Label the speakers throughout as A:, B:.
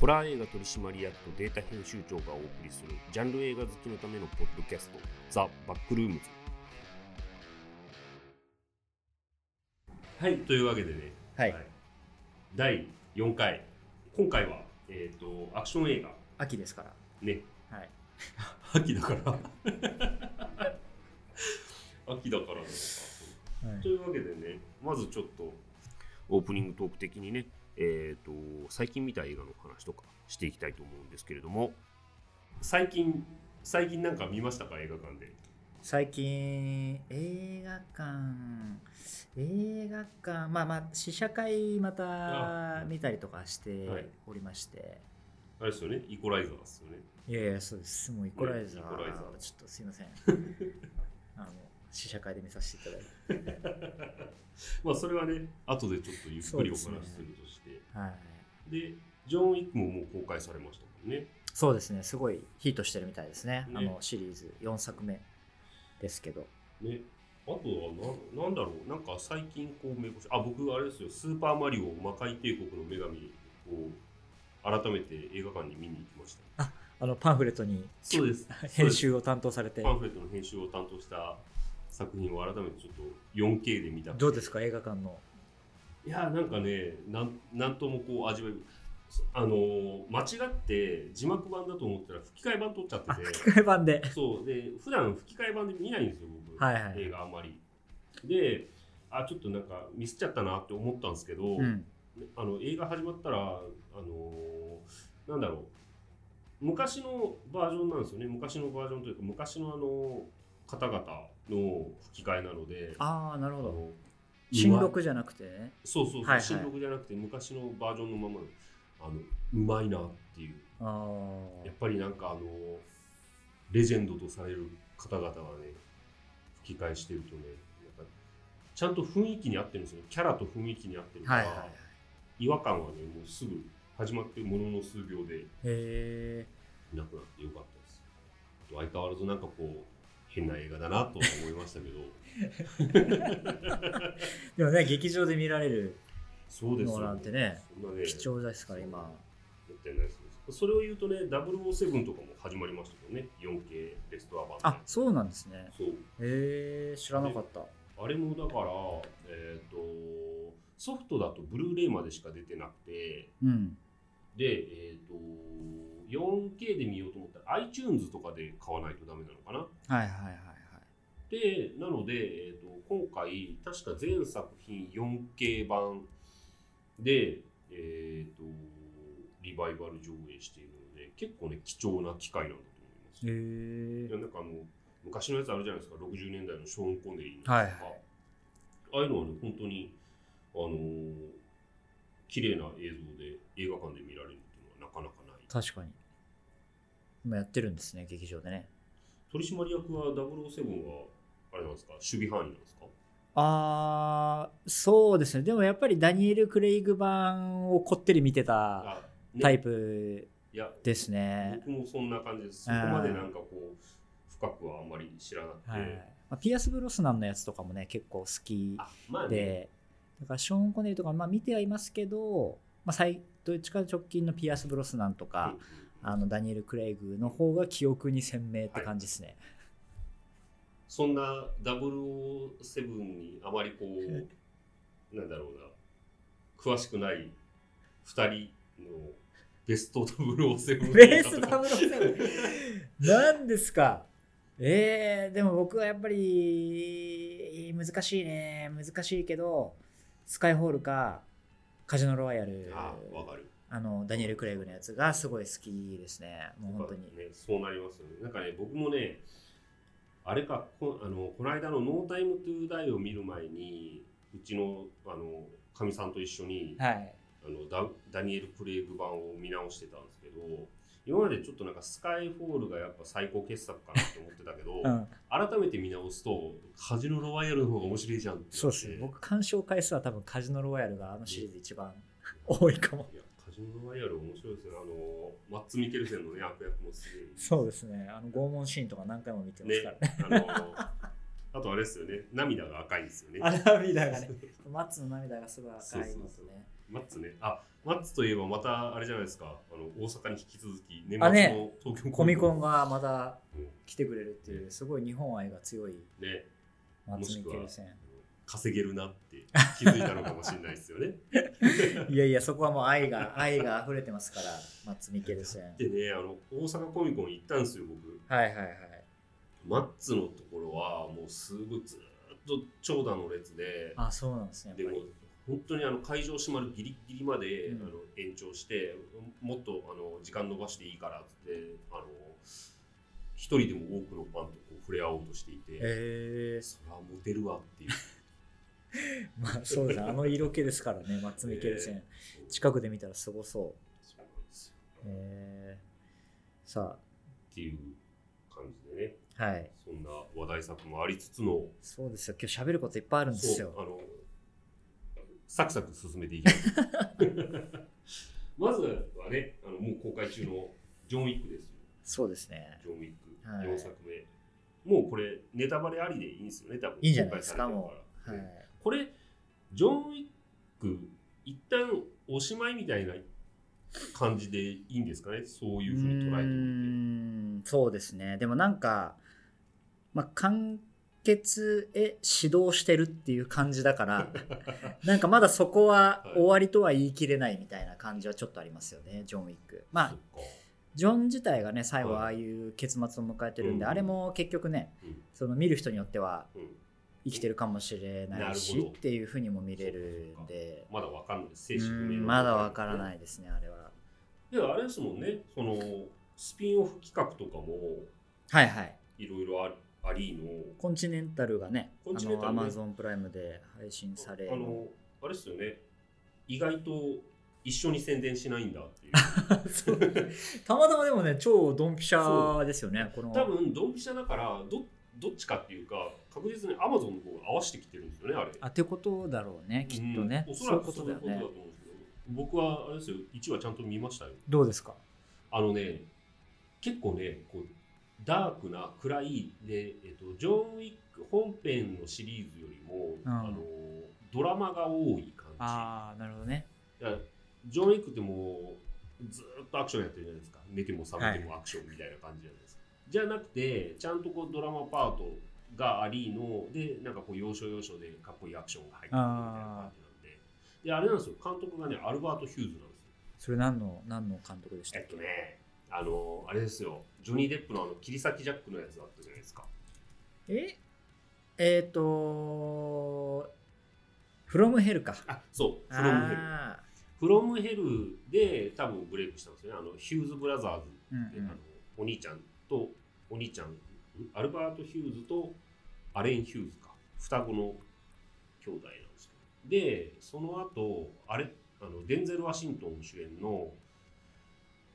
A: ホラー映画取締役とデータ編集長がお送りするジャンル映画好きのためのポッドキャスト「ザ・バックルームズはいというわけでね、
B: はい
A: 第4回今回は、えー、とアクション映画
B: 秋ですから。
A: ね
B: はい。
A: 秋だから 秋だからなのかというわけでねまずちょっとオープニングトーク的にねえー、と最近見た映画の話とかしていきたいと思うんですけれども最近最近なんか見ましたか映画館で
B: 最近、映画館、映画館、まあまあ、試写会また見たりとかしておりまして。
A: あれですよねイコライザーですよね
B: い、やいや、そうです。もうイコライザ
A: イ
B: ー、
A: コライザー
B: ちょっとすいません。 あの、試写会で見させていただいて。
A: まあそれはね後でちょっとゆっくりお話しす
B: そう
A: る
B: ですね
A: として
B: はい。
A: で,、ジョン・ウィックももう公開されましたもんね
B: そうですね、すごいヒートしてるみたいですね。
A: ね
B: あの、シリーズ4作目ですけど。
A: ねあとはななんだろうなんか最近こう目星あ僕あれですよ「スーパーマリオ魔界帝国の女神」を改めて映画館に見に行きました
B: あの、パンフレットに
A: そうです
B: 編集を担当されて
A: パ、ンフレットの編集を担当した作品を改めてちょっと 4K で見た
B: どうですか、映画館の。
A: いやーなんかねなんなんともこう味わいあのー間違って字幕版だと思ったら吹き替え版取っちゃ ってて
B: 吹き替え版で。
A: そうで普段吹き替え版で見ないんですよ僕、
B: はいはい
A: 映画あんまりであちょっとなんかミスっちゃったなって思ったんですけど、
B: うん。
A: あの映画始まったらあのーなんだろう昔のバージョンなんですよね昔のバージョンというか昔のあの方々の吹き替えなので
B: ああ、なるほ
A: あ
B: ど。
A: の
B: 新
A: うまい
B: 録じゃなくてね。
A: そうそうそう、
B: はいはい
A: 新録じゃなくて昔のバージョンのままのあのうまいなっていう
B: あ
A: やっぱりなんかあのレジェンドとされる方々がね吹き替えしてるとねなんかちゃんと雰囲気に合ってるんですよキャラと雰囲気に合ってる
B: あ。
A: から、
B: はいはいはい。
A: 違和感はねもうすぐ始まってものの数秒で
B: へえ。
A: いなくなってよかったですあと相変わらずなんかこう変な映画だなとは思いましたけ ど
B: でもね、劇場で見られる
A: そうですよ
B: ノーランってね
A: そんなね
B: 貴重ですから、今。
A: もったいないですねそれを言うとね007とかも始まりましたけどね 4K レストア版で
B: あ、そうなんですね。
A: そう
B: へえ、知らなかった。
A: あれもだから、えー、とソフトだとブルーレイまでしか出てなくて
B: うん。
A: で、えー、と 4K で見ようと思ったら iTunes とかで買わないとダメなのかな
B: はいはいはいはい。
A: でなので、えー、と今回確か全作品 4K 版で、えー、とリバイバル上映しているので結構ね貴重な機会なんだと思います
B: へ
A: いや
B: え。
A: なんかあの昔のやつあるじゃないですか60年代のショーン・コネリーのとか、
B: はいはい
A: ああいうのはね本当にあのー綺麗な映像で映画館で見られるっていうのはなかなかない
B: 確かに。今やってるんですね、劇場でね。
A: 取締役は007はあれなんですか守備範囲なんですか
B: あーそうですねでもやっぱりダニエル・クレイグ版をこってり見てた
A: あ、ね
B: タイプ
A: いや
B: ですね。
A: 僕もそんな感じですそこまでなんかこう深くはあんまり知らなくて、
B: はいまあ、ピアス・ブロスナンのやつとかもね結構好き
A: あまあね
B: でだからショーン・コネリーとかまあ見てはいますけど、まあ、最どっちか直近のピアス・ブロスナンと
A: うん
B: か
A: うん、
B: あのダニエル・クレイグの方が記憶に鮮明って感じですね、
A: そんな007にあまりこう、なんだろうな、詳しくない2人のベスト007
B: ベース
A: とか
B: ダブル何ですかえー、でも僕はやっぱり難しいね難しいけどスカイホールかカジノロワイヤル
A: ああ、わかる。
B: あのダニエル・クレイグのやつがすごい好きですねもう本当に
A: ね、そうなりますよね。なんかね、僕もね、あれか、こあのこの間のノータイムトゥーダイを見る前に、うちのあのかみさんと一緒に、
B: はい
A: あのダダニエル・クレイグ版を見直してたんですけど、今までちょっとなんかスカイフォールがやっぱ最高傑作かなって思ってたけど、
B: うん、
A: 改めて見直すとカジノロワイヤルの方が面白いじゃんってなって
B: そうですね僕鑑賞回数は多分カジノロワイヤルがあのシリーズ一番多いかも
A: いやカジノロワイヤル面白いですねあのマッツ・ミケルセンのね悪役もす
B: そうですねあの拷問シーンとか何回も見て
A: げ
B: ま
A: え
B: す
A: ね
B: からね
A: あのあとあれですよね涙が赤いんですよね
B: あの涙がね松の涙がすごい赤いのとね
A: そうそうそう マッツね。あ、マッツといえばまたあれじゃないですか。あの大阪に引き続き年
B: あ
A: 末
B: ね
A: の東京
B: コミコンがまた
A: うん
B: 来てくれるっていうすごい日本愛が強い
A: ね、も
B: 松
A: し
B: 見
A: く
B: ケ
A: は
B: ルセン
A: 稼げるなって気づいたのかもしれないですよね。
B: いやいやそこはもう愛が 愛が溢れてますから松見ケルセン
A: でね、あの大阪コミコン行ったんですよ、僕。
B: はいはいはい
A: マッツのところはもうすぐずーっと長蛇の列で、
B: あそうなんですね
A: で
B: やっ
A: も
B: ぱり
A: 本当にあの会場閉まるギリギリまで、
B: うん
A: あの延長して、もっとあの時間延ばしていいからっつって、あの一人でも多くのファンとこう触れ合おうとしていて、
B: え
A: そりゃモテるわっていう。
B: ー、まあそうですねあの色気ですからね松見ケルセ ン 近くで見たらすごそう
A: そうなんですよ
B: えー、さ
A: っていう感じでね、
B: あはい
A: そんな話題作もありつつの、
B: そうですよ今日喋ることいっぱいあるんです
A: そう
B: よ
A: あのサクサク進めていきます まずはねあのもう公開中のジョン・ウィックですよ
B: そうですね
A: ジョン・ウィック、
B: はい
A: 4作目もうこれネタバレありでいいんですよね多分
B: いいんじゃないですか
A: 公
B: も
A: 開さ
B: う、は
A: れてるから
B: い、
A: これジョン・ウィック一旦おしまいみたいな感じでいいんですかねそういうふうに捉え
B: うー
A: て
B: んそうですねでもなんか、まあ、完結へ指導してるっていう感じだから なんかまだそこは
A: はい
B: 終わりとは言い切れないみたいな感じはちょっとありますよねジョン・ウィックまあ
A: そっか
B: ジョン自体がね最後
A: はい
B: ああいう結末を迎えてるんで、
A: うん
B: あれも結局ね
A: うん
B: その見る人によっては
A: うん
B: 生きてるかもしれない
A: なる
B: し
A: ほど
B: っていうふうにも見れるんで
A: まだわかんない精
B: う
A: 神不明
B: んまだわから
A: い
B: ないですねあれは
A: であれですもんねそのスピンオフ企画とかも
B: はいはい
A: いろいろありありの
B: コンチネンタルがね、
A: コンチネンタ
B: ア
A: ルね
B: マゾンプライムで配信され
A: あ のあれですよね意外と一緒に宣伝しないんだ っていう
B: そうたまたまでもね、超ドンピシャですよね、この。
A: 多分ドンピシャだからどどっちかっていうか確実にアマゾンの方が合わせてきてるんですよねあれ
B: あってことだろうね、きっとね。
A: うんおそ
B: そう
A: ら
B: いう
A: く
B: こ
A: そ
B: と
A: うい
B: だ
A: うこ
B: よ
A: とだ
B: ね
A: と。思うんですけど僕はあれですよ1話ちゃんと見ましたよ
B: どうですか
A: あのね結構ねこうダークな暗いで、えっと、ジョン・ウィック本編のシリーズよりも、
B: うん
A: あのドラマが多い感じ
B: ああ、なるほどね。
A: だからジョン・ウィックってもうずーっとアクションやってるじゃないですか寝ても覚めてもアクションみたいな感じじゃないですか、じゃなくてちゃんとこうドラマパートがありのでなんかこう要所要所でかっこいいアクションが入ってくるみたいな感じなんでであれなんですよ監督がねアルバート・ヒューズなんですよ
B: それ何の、何の監督でした
A: え
B: っ
A: っ
B: け
A: とねあのあれですよジョニー・デップのあの切り裂きジャックのやつだったじゃないですか
B: ええっと、フロムヘルか。
A: あそうフロムヘル
B: あ
A: フロムヘルで多分ブレイクしたんですよねあのヒューズ・ブラザーズ
B: ーうん
A: で
B: う
A: あの
B: ん
A: お兄ちゃんとお兄ちゃんアルバート・ヒューズとアレン・ヒューズか双子の兄弟なんですけどでその後あれあのデンゼル・ワシントン主演の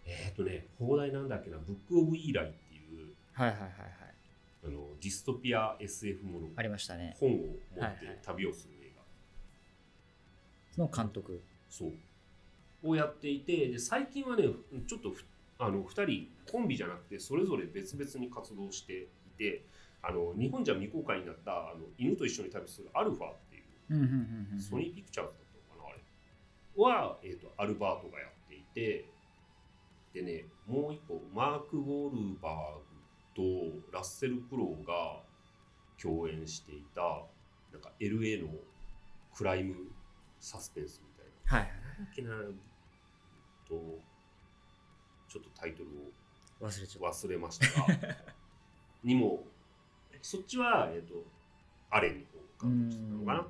A: えっ、とね放題なんだっけな「ブック・オブ・イーライ」っていう
B: はいはいはいはい。
A: あのディストピア SF もの
B: ありましたね。
A: 本を持
B: は
A: っ
B: いは
A: て
B: い
A: 旅をする映画、
B: その監督。
A: そうをやっていてで最近はねちょっとふあの2人コンビじゃなくてそれぞれ別々に活動していてあの日本じゃ未公開になったあの犬と一緒に旅するアルファっていう
B: うんうんうんうん
A: ソニーピクチャーズだったのかなあれは、えー、とアルバートがやっていてでねもう一個マーク・ウォールバーグとラッセル・クロウが共演していたなんか LA のクライムサスペンスみたいな
B: は
A: な
B: いはい。
A: んだっけなとちょっとタイトルを
B: 忘れちゃった。
A: 忘れましたがにもそっちは、えっとアレンの方が監督してたのかな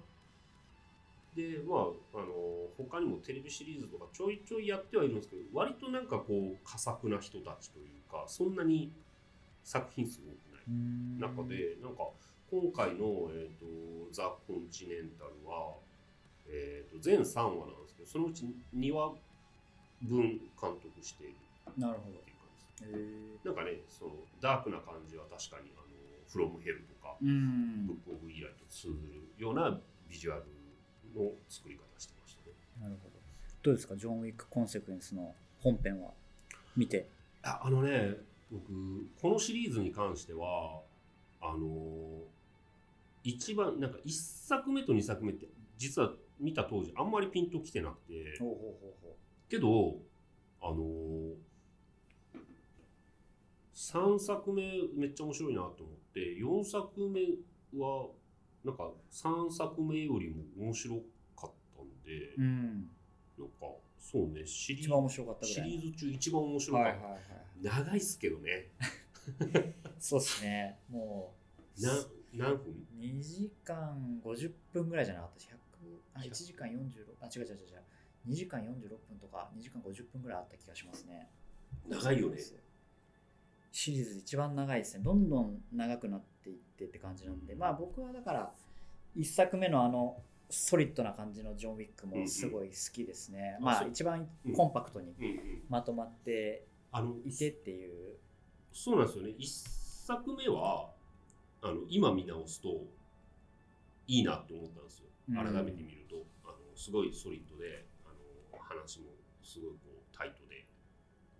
A: でまああの他にもテレビシリーズとかちょいちょいやってはいるんですけど割となんかこう佳作な人たちというかそんなに作品数多くない中
B: 中
A: でなんか今回の「えー、とザ・コンチネンタルは」えーと全3話なんですけどそのうち2話分監督している
B: なるほ
A: っていう感じ
B: ど。へえ
A: なんかねそのダークな感じは確かに「あのフロムヘル」とか「
B: う
A: ブ
B: ん
A: ッ。ク・オブ・イーライ」と通ずるようなビジュアルの作り方してましたね。
B: なるほど。どうですか、ジョン・ウィック・コンセクエンスの本編は見て。
A: ああのね僕このシリーズに関してはあのー一番なんか1作目と2作目って実は見た当時あんまりピンときてなくて
B: ほうほうほうほ
A: けどあのー、3作目めっちゃ面白いなと思って4作目はなんか3作目よりも面白かったんで、
B: う。うん。
A: なんかそうねシリ
B: 一番
A: ー
B: 面白かった
A: ズ
B: ぐ
A: シ
B: らい。
A: リーズ中一番面白かっ
B: は
A: た、
B: いはいはい。
A: 長いっすけど ね
B: そうですね。もう。
A: な何分
B: 2時間50分ぐらいじゃなかったし、100あ1時間46、あ、違う違う違う違う、2時間46分とか2時間50分ぐらいあった気がしますね。
A: 長いよね
B: シリーズ一番長いですね。どんどん長くなっていってって感じなんで、
A: うん
B: まあ僕はだから、1作目のあの、ソリッドな感じのジョン・ウィック
A: うんう
B: も
A: ん
B: すごい好きですね。
A: あ
B: まあ
A: そう
B: 一番
A: うん
B: コンパクトに
A: うんうん
B: まとまって
A: あの
B: いてっていう。
A: そうなんですよね一作目はあの今見直すといいなって思ったんですよ
B: うん
A: 改めて見ると、あのすごいソリッドであの話もすごいこうタイトで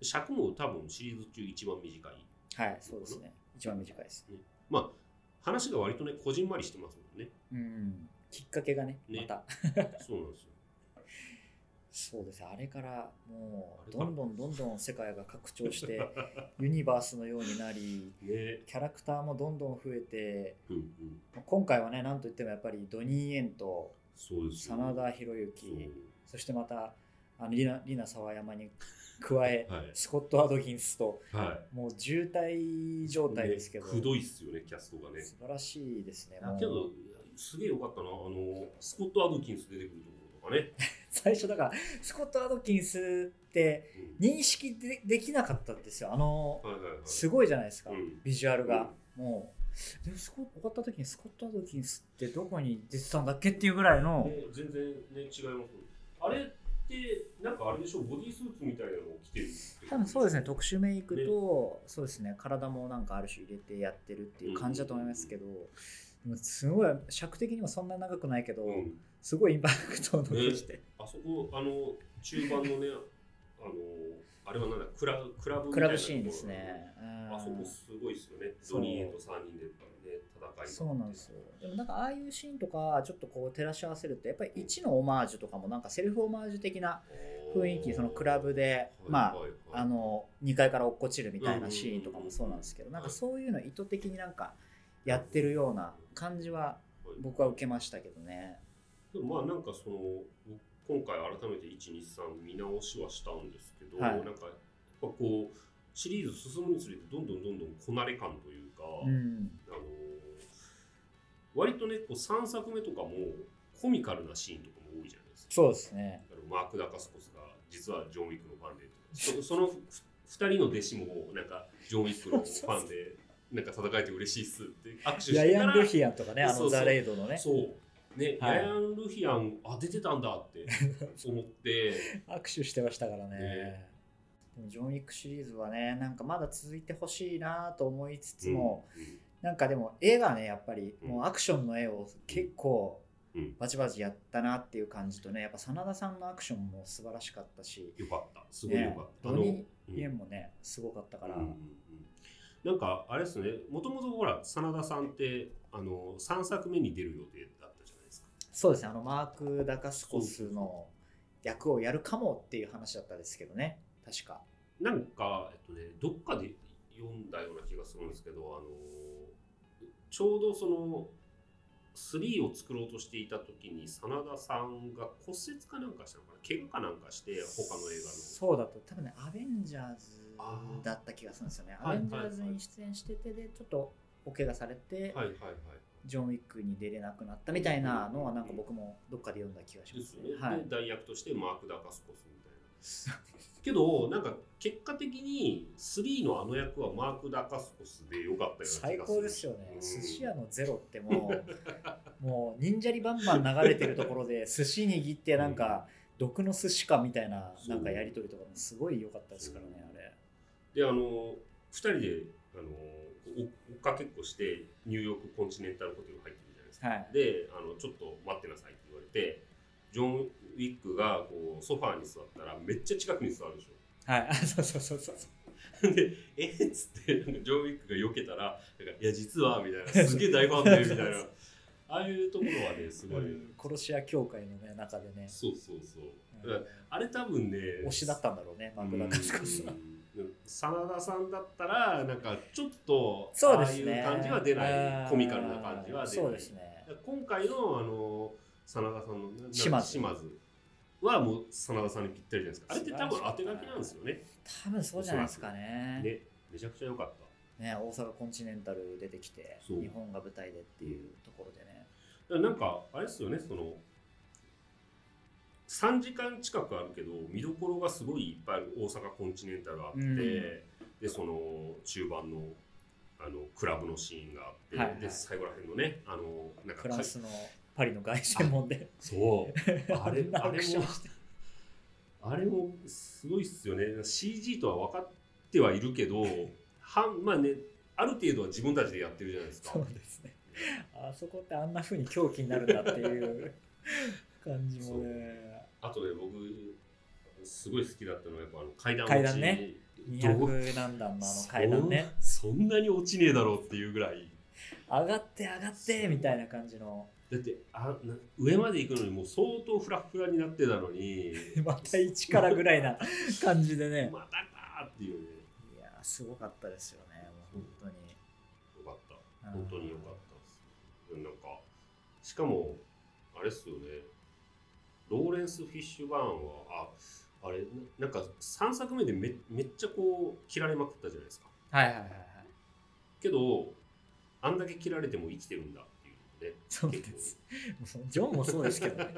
A: 尺も多分シリーズ中一番短い
B: はい、そうですね。一番短いです。
A: まあ話が割とねこじんまりしてますもんね
B: うん。きっかけがね、
A: ね
B: また。
A: そうなんですよ
B: そうですあれからも
A: あ
B: う
A: れから
B: どんどんどんどん世界が拡張してユニバースのようになり
A: ね
B: キャラクターもどんどん増えて
A: うんうん
B: 今回はねなんといってもやっぱりドニー・エンと
A: そうですよ
B: 真田広之そしてまたあのリナリナ沢山に加え
A: そうはい
B: スコット・アドギンスと
A: は
B: もう渋滞状
A: い
B: 態ですけど、
A: ねくどいっすよねキャストがね
B: 素晴らしいですね
A: だ
B: もう
A: けどすげえ良かったなあのスコット・アドキンス出てくるところとかね、
B: 最初だからスコット・アドギンスって
A: うん
B: 認識でできなかったんですよあの
A: はいはいはい。
B: すごいじゃないですか、
A: うん
B: ビジュアルが、もうでもスコ終わった時にスコット・アドキンスってどこに出てたんだっけっていうぐらいの、
A: ね全然ね違いますもん。あれってなんかあれでしょボディースーツみたいなのを着てるってこと。
B: 多分そうですね特殊メイクと、そうですね体もなんかある種入れてやってるっていう感じだと思いますけど、でもすごい尺的にもそんな長くないけど、
A: うん
B: すごいインパクトを残して、
A: あそこあの中盤のねあのあれはなんだクラクラブみた
B: ク
A: いな
B: ラブシーンですね、うん
A: ところ。あそこすごいですよね。
B: そう
A: ドニーエンと三人でね戦い。
B: そうなんですよ。でもなんかああいうシーンとかちょっとこう照らし合わせるとやっぱり1のオマージュとかもなんかセルフオマージュ的な雰囲気そのクラブ
A: で
B: で、まああの2階から落っこちるみたいなシーンとかもそうなんですけど
A: うん
B: なんかそういうの意図的になんかやってるような感じは僕は受けましたけどね
A: でもまあなんかその僕今回改めて123見直しはしたんですけど、
B: はい
A: なんかやっぱこうシリーズ進むにつれてどんどんどんどんこなれ感というか、
B: うん
A: あの割とねこう3作目とかもコミカルなシーンとかも多いじゃないですか。
B: そうですね
A: あのマーク・ダカスコスが実はジョン・ウィックのファンで そそのふ2人の弟子もなんかジョン・ウィック のファンでなんか戦えて嬉しいっすって握手して
B: ヤ
A: た
B: ヤン・
A: ら
B: ルヒアンとかねあ
A: そ
B: の
A: うそう
B: ザ・レイドのね
A: そう。ね、
B: はい
A: ヤヤン・ルヒアン、あ、出てたんだ って思って、
B: 握手してましたからね
A: ね
B: でもジョン・ウィックシリーズはねなんかまだ続いてほしいなと思いつつもなんかでも絵がねやっぱり
A: うん
B: もうアクションの絵を結構
A: うん
B: バチバチやったなっていう感じとねやっぱ真田さんのアクションも素晴らしかったし
A: よかった、すごいよかった。の
B: ねドニ
A: うん
B: イエンもねすごかったから、
A: うんうんうんなんか、あれですね、もともとほら、真田さんって、あの、3作目に出る予定だったじゃないですか。
B: そうですねあのマーク・ダカスコスの役をやるかもっていう話だったですけどね確か
A: なんか、えっとね、どっかで読んだような気がするんですけど、あの、ちょうどその、3を作ろうとしていた時に真田さんが骨折かなんかしたのかな怪我かなんかして他の映画の
B: そうだと多分ねアベンジャーズ
A: あー
B: だった気がするんですよねア
A: はい
B: ベンジャーズに出演しててでちょっとお怪我されて、
A: はいはいはい。
B: ジョン・ウィックに出れなくなったみたいなのはなんか僕もどっかで読んだ気がし
A: で
B: ますす
A: よね。
B: は
A: で代役としてマーク・ダカスコスみたいな。けど、なんか結果的に3のあの役はマーク・ダカスコスでよかったような
B: 最
A: 気がする。
B: 高ですよね、
A: うん
B: 寿司屋のゼロっても うもう忍者リバンバン流れてるところで寿司握ってなんか毒の寿司かみたいな
A: そう
B: なんかやり取りとかもすごい良かったですからねあれ
A: で、あの、2人であのお追っかけっこして、ニューヨーク・コンチネンタルホテル入ってるじゃないですか。
B: はい
A: であの、ちょっと待ってなさいって言われて、ジョン・ウィックがこうソファーに座ったら、めっちゃ近くに座るでしょ。
B: はい あそうそうそうそ う
A: で、えっつって、なんかジョン・ウィックが避けたら、なんかいや、実は、みたいな、すげえ大ファンで、みたいな。 ああいうところはねすごい、
B: うん殺し屋協会の、ね、中でね、
A: そうそうそう、
B: うん
A: だからあれ多分ね
B: 推しだったんだろうね、マクダカスカさん。
A: うん真田さんだったらなんかちょっと
B: そうですね。
A: ああいう感じは出な
B: あー
A: いコミカルな感じは出ない
B: そうですね。
A: 今回のあの真田さんのな
B: 島津
A: 島津はもう真田さんにぴったりじゃないですかあれって多分当て書きなんですよね
B: 多分そうじゃないですかね。ね
A: ねめちゃくちゃ良かった
B: 大阪コンチネンタル出てきて、
A: そう
B: 日本が舞台でっていうところでね。
A: だからなんかあれですよねその3時間近くあるけど見どころがすごいいっぱいある大阪コンチネンタルがあって、
B: うん
A: でその中盤のあのクラブのシーンがあって、
B: はいはい
A: で最後ら辺のねあのなんか
B: フランスのパリの凱旋門で、
A: そうあれ
B: ん な
A: あ
B: アク
A: れ
B: シ
A: も
B: ョンして
A: あれもすごいっすよね CG とは分かってはいるけどはんまあねある程度は自分たちでやってるじゃないですか
B: そうですね。あそこってあんな風に狂気になるんだっていう感じもね。
A: あとね僕すごい好きだったのはやっぱあの階段落
B: 階段ね
A: ちどう
B: 200何段のあの階段ね。
A: そんそんなに落ちねえだろうっていうぐらい
B: 上がって上がってみたいな感じの。
A: だってあな上まで行くのにもう相当フラフラになってたのに
B: また一からぐらいな 感じでね。
A: またかーっていうね
B: いやーすごかったですよね、もう本
A: よかった
B: 当に。
A: 本当に良かったです。なんか、しかも、あれっすよね、ローレンス・フィッシュバーンは、あ、あれ、ななんか3作目でめめっちゃこう、切られまくったじゃないですか。
B: た。はいはいはいはい。
A: けど、あんだけ切られても生きてるんだっていう
B: そう
A: ので、
B: で
A: 結構
B: す。もうジョンもそうですけどね。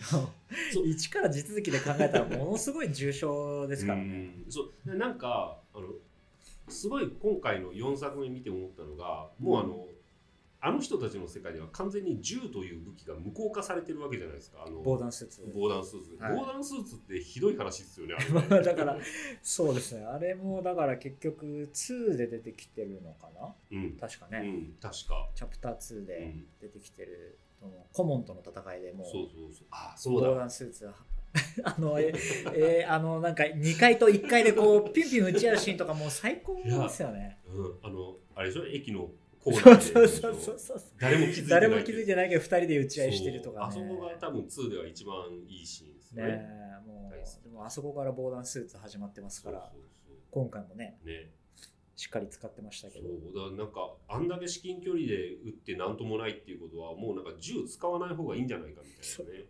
A: そう
B: 一から地続きで考えたらものすごい重症ですからね。
A: うんそうでなんかあのすごい今回の4作目見て思ったのがもうあの、あの人たちの世界では完全に銃という武器が無効化されてるわけじゃないですかあの
B: 防弾スーツ。
A: 防弾スーツ、
B: はい
A: 防弾スーツってひどい話ですよねあれ
B: ま
A: ね
B: あだから、そうですね。あれもだから結局2で出てきてるのかな
A: うん、
B: 確か
A: う
B: ね。
A: ん、確か、
B: チャプター2
A: う
B: で
A: ん、
B: 出てきてると思う。コモンとの戦いでも
A: そう
B: う
A: そうそうあそう
B: 防
A: だ
B: 弾スーツは あのええあのなんか2階と1階でこうピュンピュン打ち合うシーンとかもう最高ですよね。
A: うん、あのあれでしょ駅のコー
B: そ
A: ナ
B: う
A: ーで
B: そうそうそうそう。
A: 誰も気づいてない
B: 誰も気づいてないけど2人で打ち合いしてるとかね。
A: そうあそこが多分2では一番いいシーンですね
B: ねえも
A: 大好き
B: うでもあそこから防弾スーツ始まってます
A: そ
B: か
A: う
B: ら
A: そうそう
B: 今回もね
A: ね、
B: しっかり使ってましたけど
A: そうだなんかあんだけ至近距離で打ってなんともないっていうことはもうなんか銃使わない方がいいんじゃないかみたいなね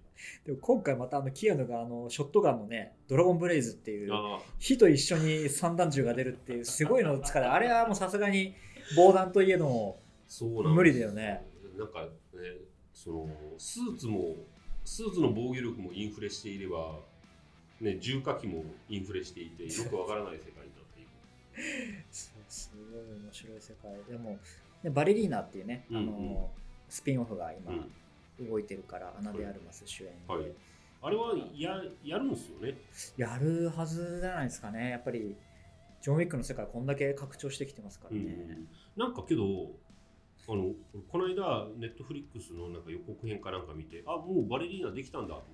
B: でも今回またあのキアヌがあのショットガンのねドラゴンブレイズっていう
A: あ
B: 火と一緒に散弾銃が出るっていうすごいのを使ってあれはもうさすがに防弾といえども
A: あそうなんです
B: 無理だよね
A: なんかねそのスーツもスーツの防御力もインフレしていればね重火器もインフレしていてよくわからない世界になっている
B: そうすごい面白い世界でもねバレリーナっていうね、
A: うんうん
B: あのスピンオフが今
A: うん
B: 動いてるから、アナ・デ・アルマス主演で、
A: はいあれはややるんですよね
B: やるはずじゃないですかねやっぱりジョン・ウィックの世界こんだけ拡張してきてますからね、
A: なんかけどあのこの間ネットフリックスのなんか予告編かなんか見てあもうバレリーナできたんだと思っ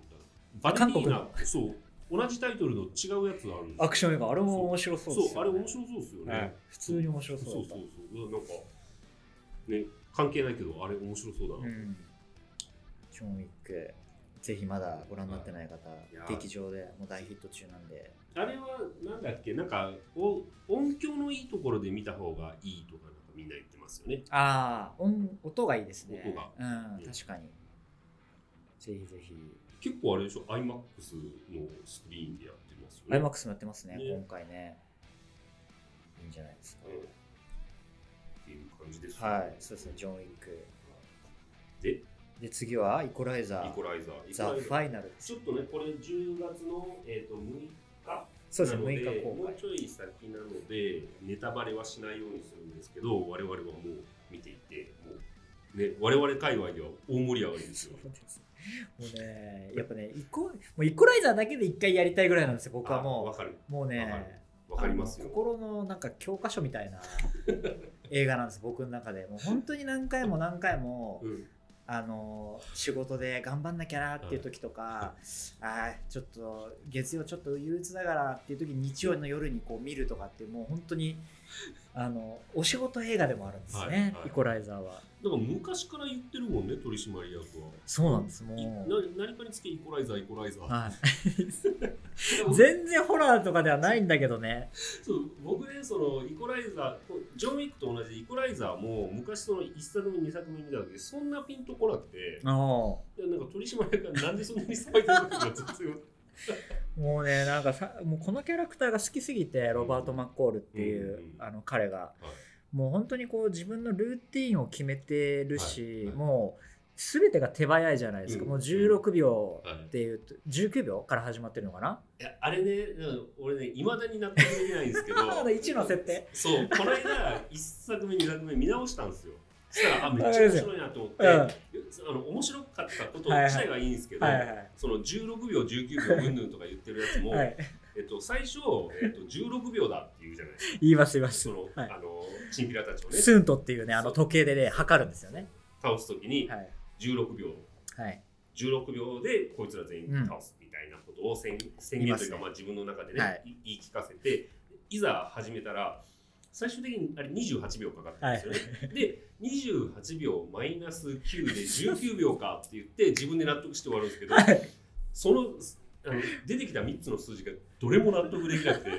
A: たらバレリーナ
B: 韓
A: そう同じタイトルの違うやつがあるんですよ
B: アクション映画あれも面白そう
A: そう,、
B: ですよ、ね、
A: あれ面白そうですよね、
B: はい普通に面白
A: そ
B: そうう
A: そう
B: だ
A: そ
B: っ
A: う
B: た
A: なんかね関係ないけどあれ面白そうだな、
B: うんジョン・ウィックぜひまだご覧になってない方、
A: いや
B: 劇場でもう大ヒット中なんで
A: あれはなんだっけなんかお音響のいいところで見た方がいいとかなんかみんな言ってますよね
B: ああ音音がいいですね
A: 音が
B: うん、
A: うん
B: 確かにぜひぜひ
A: 結構あれでしょ iMAX のスクリーンでやってますよね
B: iMAX もやってますね
A: ね
B: 今回ねいいんじゃないです
A: うんっていう感じです
B: かはいそうですねジョン・ウィック
A: でイ
B: で次はイコライザー
A: コライザーイコ
B: ザ・
A: ラ
B: フ
A: イザー
B: ァイナルです
A: ちょっとねこれ10月の、えー、と6日
B: そうです
A: な
B: ね
A: ので
B: 6日公
A: もう
B: 開
A: ちょい先なのでネタバレはしないようにするんですけど我々はもう見ていてもう、ね、我々界隈では大盛り上がりです
B: そ
A: よ
B: うですもうねやっぱねイコもうイコライザーだけで一回やりたいぐらいなんですよ僕は
A: あわ
B: も
A: かる
B: うもう
A: わかる
B: ね
A: わかりますよ
B: あの心のなんか教科書み たいな映画なんです僕の中でもう本当に何回も何回も、
A: うん
B: あの仕事で頑張んなきゃなっていう時とか、あーちょっと月曜ちょっと憂鬱だからっていう時に日曜の夜にこう見るとかってもう本当にあのお仕事映画でもあるんですね、
A: はいはい
B: イコライザーは。
A: なんか昔から言ってるもんね、取締役は。
B: そうなんです、
A: い
B: もう。
A: な何かにつけイコライザー、イコライザ ー。
B: はい、全然ホラーとかではないんだけどね。
A: そう僕ね、そのイコライザーこう、ジョン・ウィックと同じでイコライザーも昔その1作目、2作目見た時そんなピンとこなくて、
B: ああも
A: でなんか取締役がなんでそんなに騒いでるのかが全然わかんないう
B: ね、なんかさ、もうこのキャラクターが好きすぎて、ロバート・マッコールっていう、
A: うんうん
B: あの彼が、
A: い
B: もう本当にこう自分のルーティンを決めてるし、
A: はいはい
B: もう全てが手早いじゃないですか、
A: うん
B: もう16秒
A: はい
B: っていうと、19秒から始まってるのかな。、
A: いやあれね、なんか俺ね、いまだに納得できないんですけど
B: まだ1の設定
A: そう、この間、1作目、2作目見直したんです よ。そしたら、あ、めっちゃ面白いなと思って、
B: うん
A: あの面白かったこと自体はいいんですけど、
B: はいはい
A: その16秒、19秒、うんぬんとか言ってるやつも、
B: はい、
A: えっと、最初、えっと、16秒だって言うじゃないですか、
B: 言います言います
A: そ。の、
B: はい
A: あのチンピラたちをね、
B: スントっていうね、あの時計でね、測るんですよね。
A: 倒すときに
B: は、い。
A: 16秒、
B: はい。
A: 16秒でこいつら全員倒すみたいなことを宣,、宣言というか、まあ、自分の中でね、
B: はい
A: い言い聞かせていざ始めたら最終的にあれ28秒かかったんですよね、で28秒マイナス9で19秒かって言って自分で納得して終わるんですけど、
B: はい
A: そのあの出てきた3つの数字がどれも納得できなくて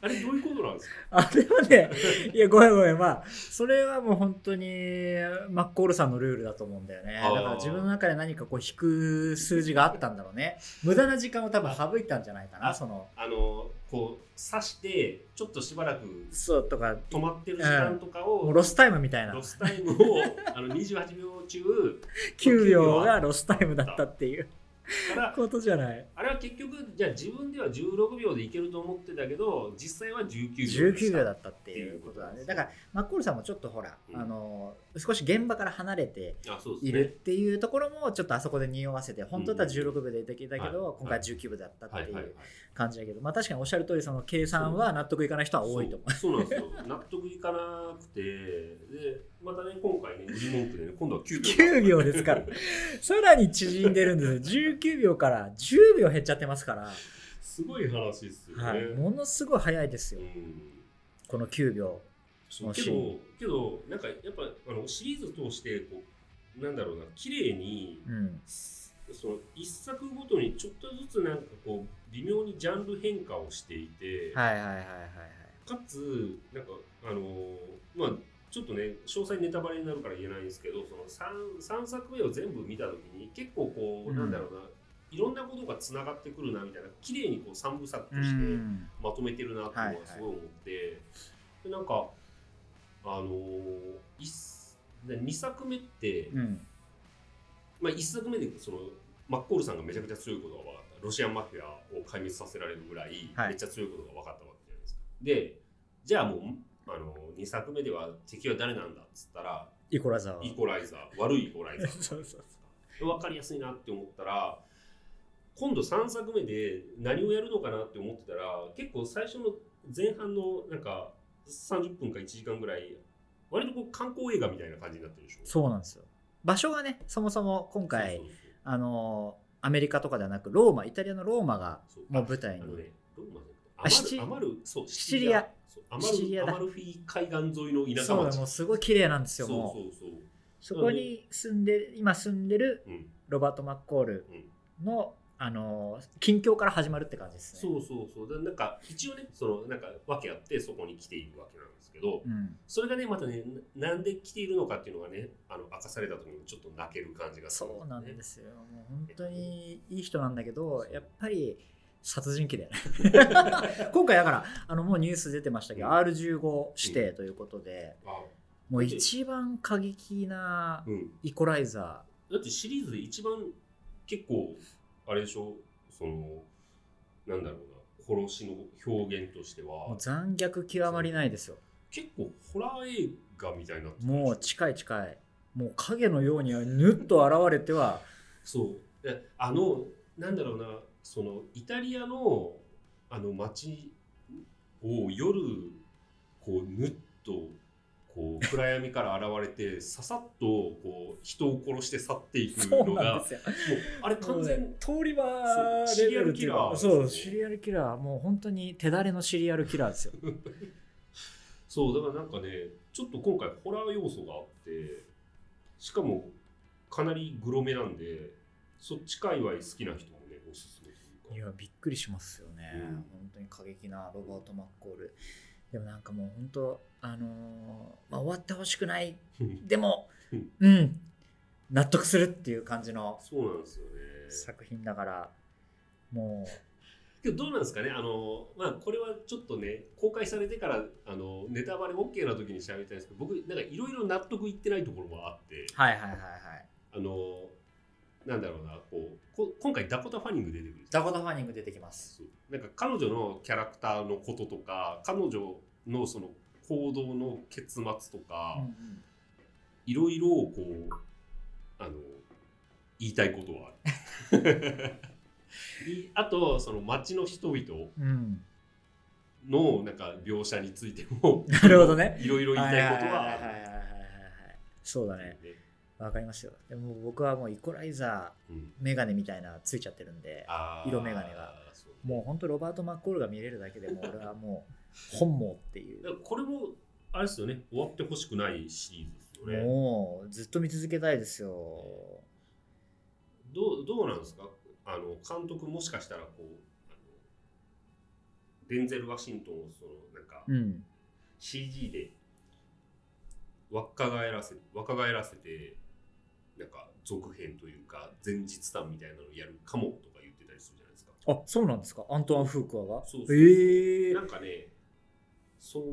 A: あれどういうことなんですか
B: あ、でもね、いや、ごめんごめん。まあ、それはもう本当に、マッコールさんのルールだと思うんだよね。だ
A: あー
B: から自分の中で何かこう、引く数字があったんだろうね。無駄な時間を多分省いたんじゃないかな、
A: あ
B: その、
A: あのこう刺してちょっとしばらく
B: そうとか、
A: 止まってる時間とかを、
B: もうロスタイムみたいな
A: ロ。スタイムをあの28秒中
B: 9秒がロスタイムだったっていう
A: から
B: ことじゃない。
A: あれは結局じゃあ自分では16秒でいけると思ってたけど実際は19秒でし
B: 19
A: た
B: 秒だったっていうことだね。だから、マッコールさんもちょっとほら、
A: うん
B: あの、少し現場から離れて、
A: あそうですね
B: いるっていうところもちょっとあそこで匂わせて本当だったら16部でできたけど、
A: はい
B: 今回は19部だった
A: はい
B: ってい
A: はいはいう
B: 感じだけど、まあ確かにおっしゃる通りその計算は納得いかない人は多いと思う。
A: そうそうなんですよ納得いかなくてでまたね今回ね2文句でね今度は9秒
B: 9秒で すからさらに縮んでるんですよ19秒から10秒減っちゃってますから、
A: すごい話ですよね、
B: はい、ものすごい早いです
A: う
B: よ
A: ん
B: この9秒
A: そう
B: 惜
A: け
B: しい
A: どけどなんかやっぱあのシリーズ通してこうなんだろうな綺麗に
B: うん
A: その一作ごとにちょっとずつなんかこう微妙にジャンル変化をしていて、
B: はいはいはいはいはい
A: かつなんかあのーまあちょっとね詳細ネタバレになるから言えないんですけどその 3, 3作目を全部見た時に結構こう、
B: うん
A: なんだろうないろんなことがつながってくるなみたいな綺麗にこう3部作と
B: う
A: して
B: ん
A: まとめてるなっていうのがすごい思って、でなんかあの2作目って、
B: うん
A: まあ、1作目でそのマッコールさんがめちゃくちゃ強いことが分かったロシアンマフィアを壊滅させられるぐらい
B: はい
A: めっちゃ強いことが分かったわけじゃないですか、でじゃあもうあの2作目では敵は誰なんだっつったら
B: イコラザーは
A: イコライザー悪いイコライザ
B: そうそう
A: ー
B: そう
A: 分かりやすいなって思ったら今度3作目で何をやるのかなって思ってたら結構最初の前半のなんか30分か1時間ぐらい割とこう観光映画みたいな感じになってるでしょ
B: そうなんですよ場所がねそもそも今回
A: そうそうそう
B: あのアメリカとかではなくローマイタリアのローマが
A: そう
B: もう舞台に
A: あのね、ローマじゃ
B: あシチ
A: なくて余る、余る、そう、
B: シチリア
A: そう余る
B: シチリアだ
A: アマルフィ海岸沿いの田舎
B: そう
A: 町。
B: だもうすごい綺麗なんです
A: そう
B: よもう
A: そうそう。
B: そこに住んで今住んでる
A: うん、
B: ロバート・マッコール
A: うん。
B: のあの近況から始まるって感じですね
A: そうそうそう。で、なんか、一応ね、その、なんか、訳あって、そこに来ているわけなんですけど、
B: うん、
A: それがね、またね、ななんで来ているのかっていうのがね、あの、明かされた時にちょっと泣ける感じがする、。
B: そうなんですすよもう本当にいい人なんだけどやっぱり殺人鬼だよ ね今回だからあのもうニュース出てましたけど、
A: うん
B: R15 指定ということで、
A: あ
B: もう一番過激な
A: うん。
B: イコライザ
A: だってシリーズで一番結構、あれでしょ、その、なんだろうな、殺しの表現として
B: ー
A: は
B: もう、残虐極まりないですよ
A: 結構ホラー映画みたいになってたでしょ
B: もう近い近いもう影のようにぬっと現れては
A: そうであのなんだろうなそのイタリアのあの街を夜こうぬっとこう暗闇から現れてささっとこう人を殺して去っていく
B: そう
A: の
B: なん
A: が
B: ですよ
A: もうあれ完全
B: 通り
A: そう
B: 魔
A: シリアルキラー
B: そう
A: です
B: シ
A: ね
B: リアルキラーもう本当に手だれのシリアルキラーですよ
A: そうだからなんかねちょっと今回ホラー要素があってしかもかなりグロめなんでそっち界隈好きな人もねおすすめというか
B: いやびっくりしますよね、
A: うん
B: 本当に過激なロバート・マッコールでもなんかもう本当あのーまあ、終わってほしくないでも
A: うん
B: うん納得するっていう感じの
A: そうなんですよね
B: 作品だからも
A: けどどうなんですかねあの、まあ、これはちょっとね公開されてからあのネタバレ OK な時に喋りたいんですけど僕なんかいろいろ納得いってないところもあって
B: うはいはいはいはい
A: あのなんだろうなこうこ今回ダコタ・ファニング出てくるんですよ
B: ダコタ・ファニング出てきます
A: そうなんか彼女のキャラクターのこととか彼女のその行動の結末とか、
B: うんうん
A: いろいろこうあの言いたいことはあ るいあとその町の人々
B: うん、
A: のなんか描写についても
B: なるほどね
A: いろいろ言いたいことは
B: はいはい
A: あ
B: はいはいはいはいそうだね
A: るね
B: わかりますよでも僕はもうイコライザ
A: うん
B: ーメガネみたいなついちゃってるんで
A: あー
B: 色眼鏡が
A: そう
B: もう本当ロバート・マッコールが見れるだけでも う俺はもう本望ってい
A: だ
B: う
A: からこれもあれですよね終わってほしくないシリーズですよね
B: もうずっと見続けたいですよ
A: どうどうなんですかあの監督もしかしたらこうあのデンゼル・ワシントンをそのなんか
B: うん
A: CG で若返らせ若返らせてなんか続編というか前日談みたいなのをやるかもとか言ってたりするじゃないですか
B: あそうなんですかアントワン・フークワが
A: そうそうそう
B: ええ
A: なんかねそう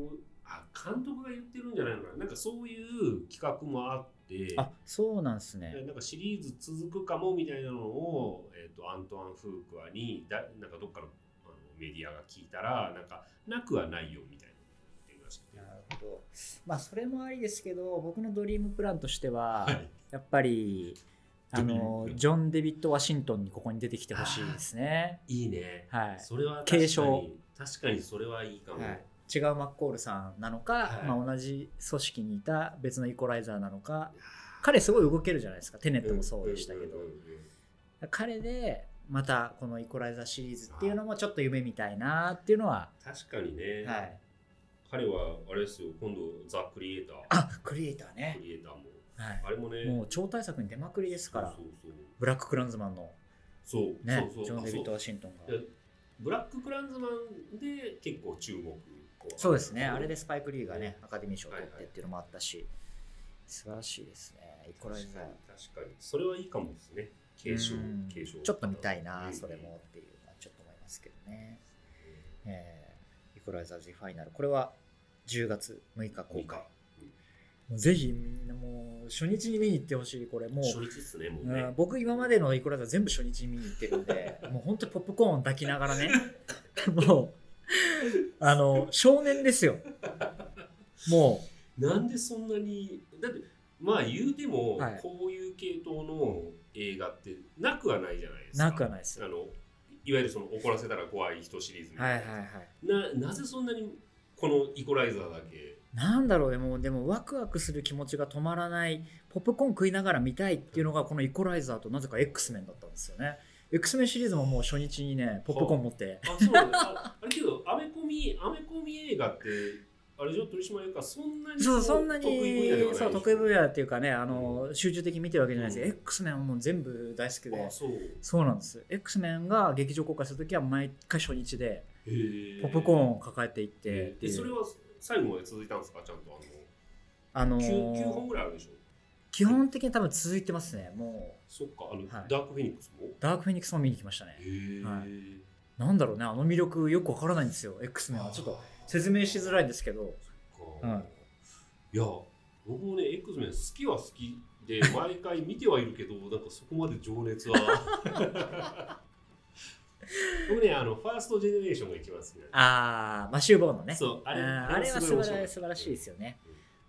A: あ監督が言ってるんじゃないのかななんかそういう企画もあって
B: あそうなんですね
A: なんかシリーズ続くかもみたいなのを、えー、とアントワン・フークアにだなんかどっかのあのメディアが聞いたらなんかなくはないよみたいなこと言ってるらしくて
B: なるほどまあそれもありですけど僕のドリームプランとしては、
A: はい
B: やっぱりあの
A: ドリームプラン
B: ジョン・デビッド・ワシントンにここに出てきてほしいですね
A: いいね
B: はい
A: それは確かに
B: 継承
A: 確かにそれはいいかも、
B: はい違うマッコールさんなのか、
A: はい
B: まあ、同じ組織にいた別のイコライザーなのか
A: あ
B: 彼すごい動けるじゃないですかテネ
A: ー
B: ットもそうでしたけど、
A: うんうんうんうん
B: 彼でまたこのイコライザーシリーズっていうのもちょっと夢みたいなっていうのは、
A: 確かにね、
B: はい、
A: 彼はあれですよ今度ザ・クリエイター
B: あクリエイターね
A: ク、リエイターも
B: はい、
A: あれもね
B: もう超大作に出まくりですから
A: そうそう
B: ブラック・クランズマンの、
A: そうそう,、
B: ね、
A: そう
B: ジ
A: そう
B: ョン・デビッド・
A: あ
B: ワシントンが
A: そういやブラック・クランズマンで結構注目
B: そうですね、
A: こ
B: あれでスパイク・リーがね
A: ね、
B: アカデミー賞を取っ
A: はい
B: て
A: は
B: っ
A: い
B: ていうのもあったし、素晴らしいですね、イコ
A: 確
B: ラ
A: か
B: イ
A: に
B: ザー。
A: 確かにそれはいいかもですね継承
B: うん
A: 継承
B: ちょっと見たいな、
A: うん
B: それもっていうのはちょっと思いますけどね。えーイコライザーズ・ファイナル、これは10月6日公
A: 今回
B: 開。もうぜひみんなもう初日に見に行ってほしい、これもう。
A: 初日ですねもう
B: う
A: ね
B: ん僕今までのイコライザー全部初日に見に行ってるんで もう本当にポップコーン抱きながらねもうあの少年ですよもう
A: なんでそんなにだってまあ言うても、
B: はい
A: こういう系統の映画ってなくはないじゃないですか
B: なくはないです
A: あのいわゆるその怒らせたら怖い人シリーズみ
B: はい
A: た
B: はいい
A: な、
B: はい
A: ななぜそんなにこのイコライザーだけ
B: なんだろうねもうでもワクワクする気持ちが止まらないポップコーン食いながら見たいっていうのがこのイコライザーとなぜか X メンだったんですよね X メンシリーズももう初日にねポップコーン持って
A: あそうなんだああれけどアメコミアメコミ映画ってあれじゃ取締役かそんなに
B: そうそんなに
A: 得意分野ではない
B: そう得意分野っていうかねあの、集中的に見てるわけじゃないです、
A: うん
B: X メンはもう全部大好きで
A: あそう
B: そうなんです。X メンが劇場公開するときは毎回初日で
A: へー
B: ポップコーンを抱えていって
A: え
B: っ
A: で
B: ていう
A: それは最後まで続いたんですかちゃんとあ
B: あの
A: の
B: ー
A: 9, 九本ぐらいあるでしょ
B: 基本的に多分続いてますね。も
A: そっかあの、
B: はい
A: ダークフェニックスも
B: うダークフェニックスも見に来ましたね。
A: へえ、
B: はなんだろうね、あの魅力よくわからないんですよ、X メンは。ちょっと説明しづらいんですけど、
A: か、、
B: はい
A: や僕もね X メン好きは好き で毎回見てはいるけどなんかそこまで情熱は 僕ねあのファーストジェネレーションが一番好きなんです
B: あー、マシュー・ボーンのね。
A: そうあれ
B: あーあれは素
A: すごい面
B: 晴
A: 白
B: ら
A: い
B: 素晴らしいですよね。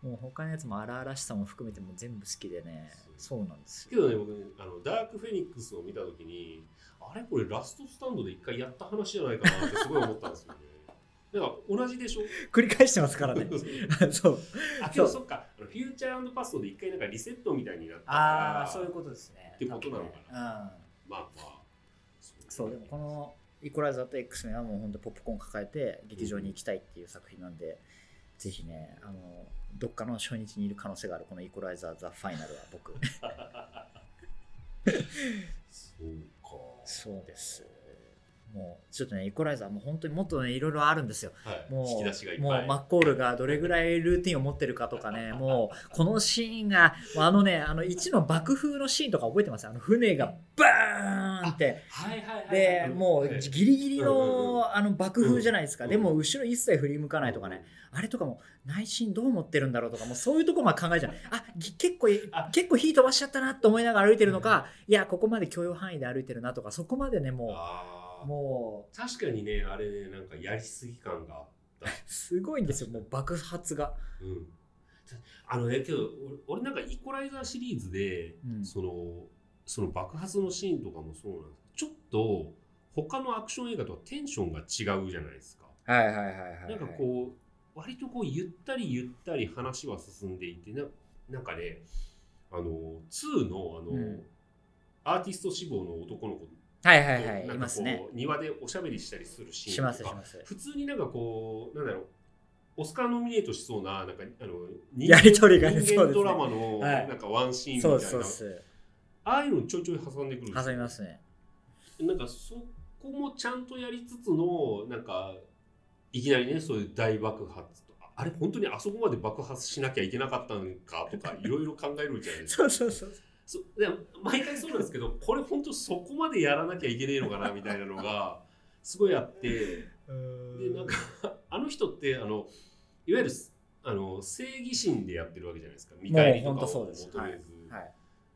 B: もう他のやつも荒々しさも含めてもう全部好きでね、そうなんです
A: け
B: よ。
A: どね僕ねあのダークフェニックスを見た時にあれこれラストスタンドで一回やった話じゃないかなってすごい思ったんですよね なんか同じでしょ
B: 繰り返してます からね。そう。
A: あけどそっかあのフューチャーパストで一回なんかリセットみたいになったから
B: あー、そういうことですね。
A: ってことなのか
B: な。うん
A: まあまあそう
B: そうでもこのイコライザーと X メンはもう本当ポップコーン抱えて劇場に行きたいっていう作品なんで、ぜひね、あの、どっかの初日にいる可能性がある、このイコライザー・ザ・ファイナルは僕。
A: そうか。
B: そうです。もう、ちょっとね、イコライザー、もう本当にもっとね、いろいろあるんですよ。
A: はい。
B: も
A: 引き出しがいっ
B: う、
A: ぱい。
B: もうマッコールがどれぐらいルーティンを持ってるかとか ね、もう、このシーンが、もうあのね、あの、1の爆風のシーンとか覚えてますあの、船がバーンって。
A: はいはいはいはい。
B: で、もう、
A: はい
B: ギリギリ
A: うんうんう
B: の、あの、爆風じゃないですか。
A: うん
B: でも、後ろ一切振り向かないとかね。。あれとかも内心どう思ってるんだろうとかもうそういうとこまで考えちゃうあぎ結構
A: あ
B: 結構火飛ばしちゃったなと思いながら歩いてるのか、いやここまで許容範囲で歩いてるなとかそこまでねも
A: あ
B: う
A: あ。
B: も
A: 確かにね、あれね、なんかやりすぎ感があった。
B: うすごいんですよもう爆発が、
A: うん、あのねけど俺俺なんかイコライザーシリーズで、
B: うん
A: そのその爆発のシーンとかもそうなんですけどちょっと他のアクション映画とはテンションが違うじゃないですか、
B: はいはいはいはい
A: なんかこう割とこうゆったりゆったり話は進んでいてななんかねあの2のあの、
B: うん
A: アーティスト志望の男の子
B: はい
A: と
B: はい
A: な
B: は
A: んか
B: いい
A: こう
B: ますね
A: 庭でおしゃべりしたりするシーン
B: します
A: と
B: し
A: か
B: ます
A: 普通になんかこうなんだろうオスカーノミネートしそうななんかあの人
B: やりとりがね
A: 人
B: そう
A: 間
B: です
A: ド
B: ね
A: ラマの
B: はい
A: なんかワンシーンみたい
B: そ
A: な、
B: うそうそう
A: ああいうのちょいちょい挟んでくるんですよ
B: 挟みますね
A: なんかそこもちゃんとやりつつのなんかいきなりねそういう大爆発とかあれ本当にあそこまで爆発しなきゃいけなかったのかと かいろいろ考えるじゃないですか
B: そうそうそう
A: そうで毎回そうなんですけどこれ本当そこまでやらなきゃいけねえのかなみたいなのがすごいあって。
B: うー
A: で
B: ん
A: なんかあの人ってあのいわゆるあの正義心でやってるわけじゃないですか見返りと
B: もう
A: か
B: 本当そ
A: を
B: うです
A: 求めず、
B: はい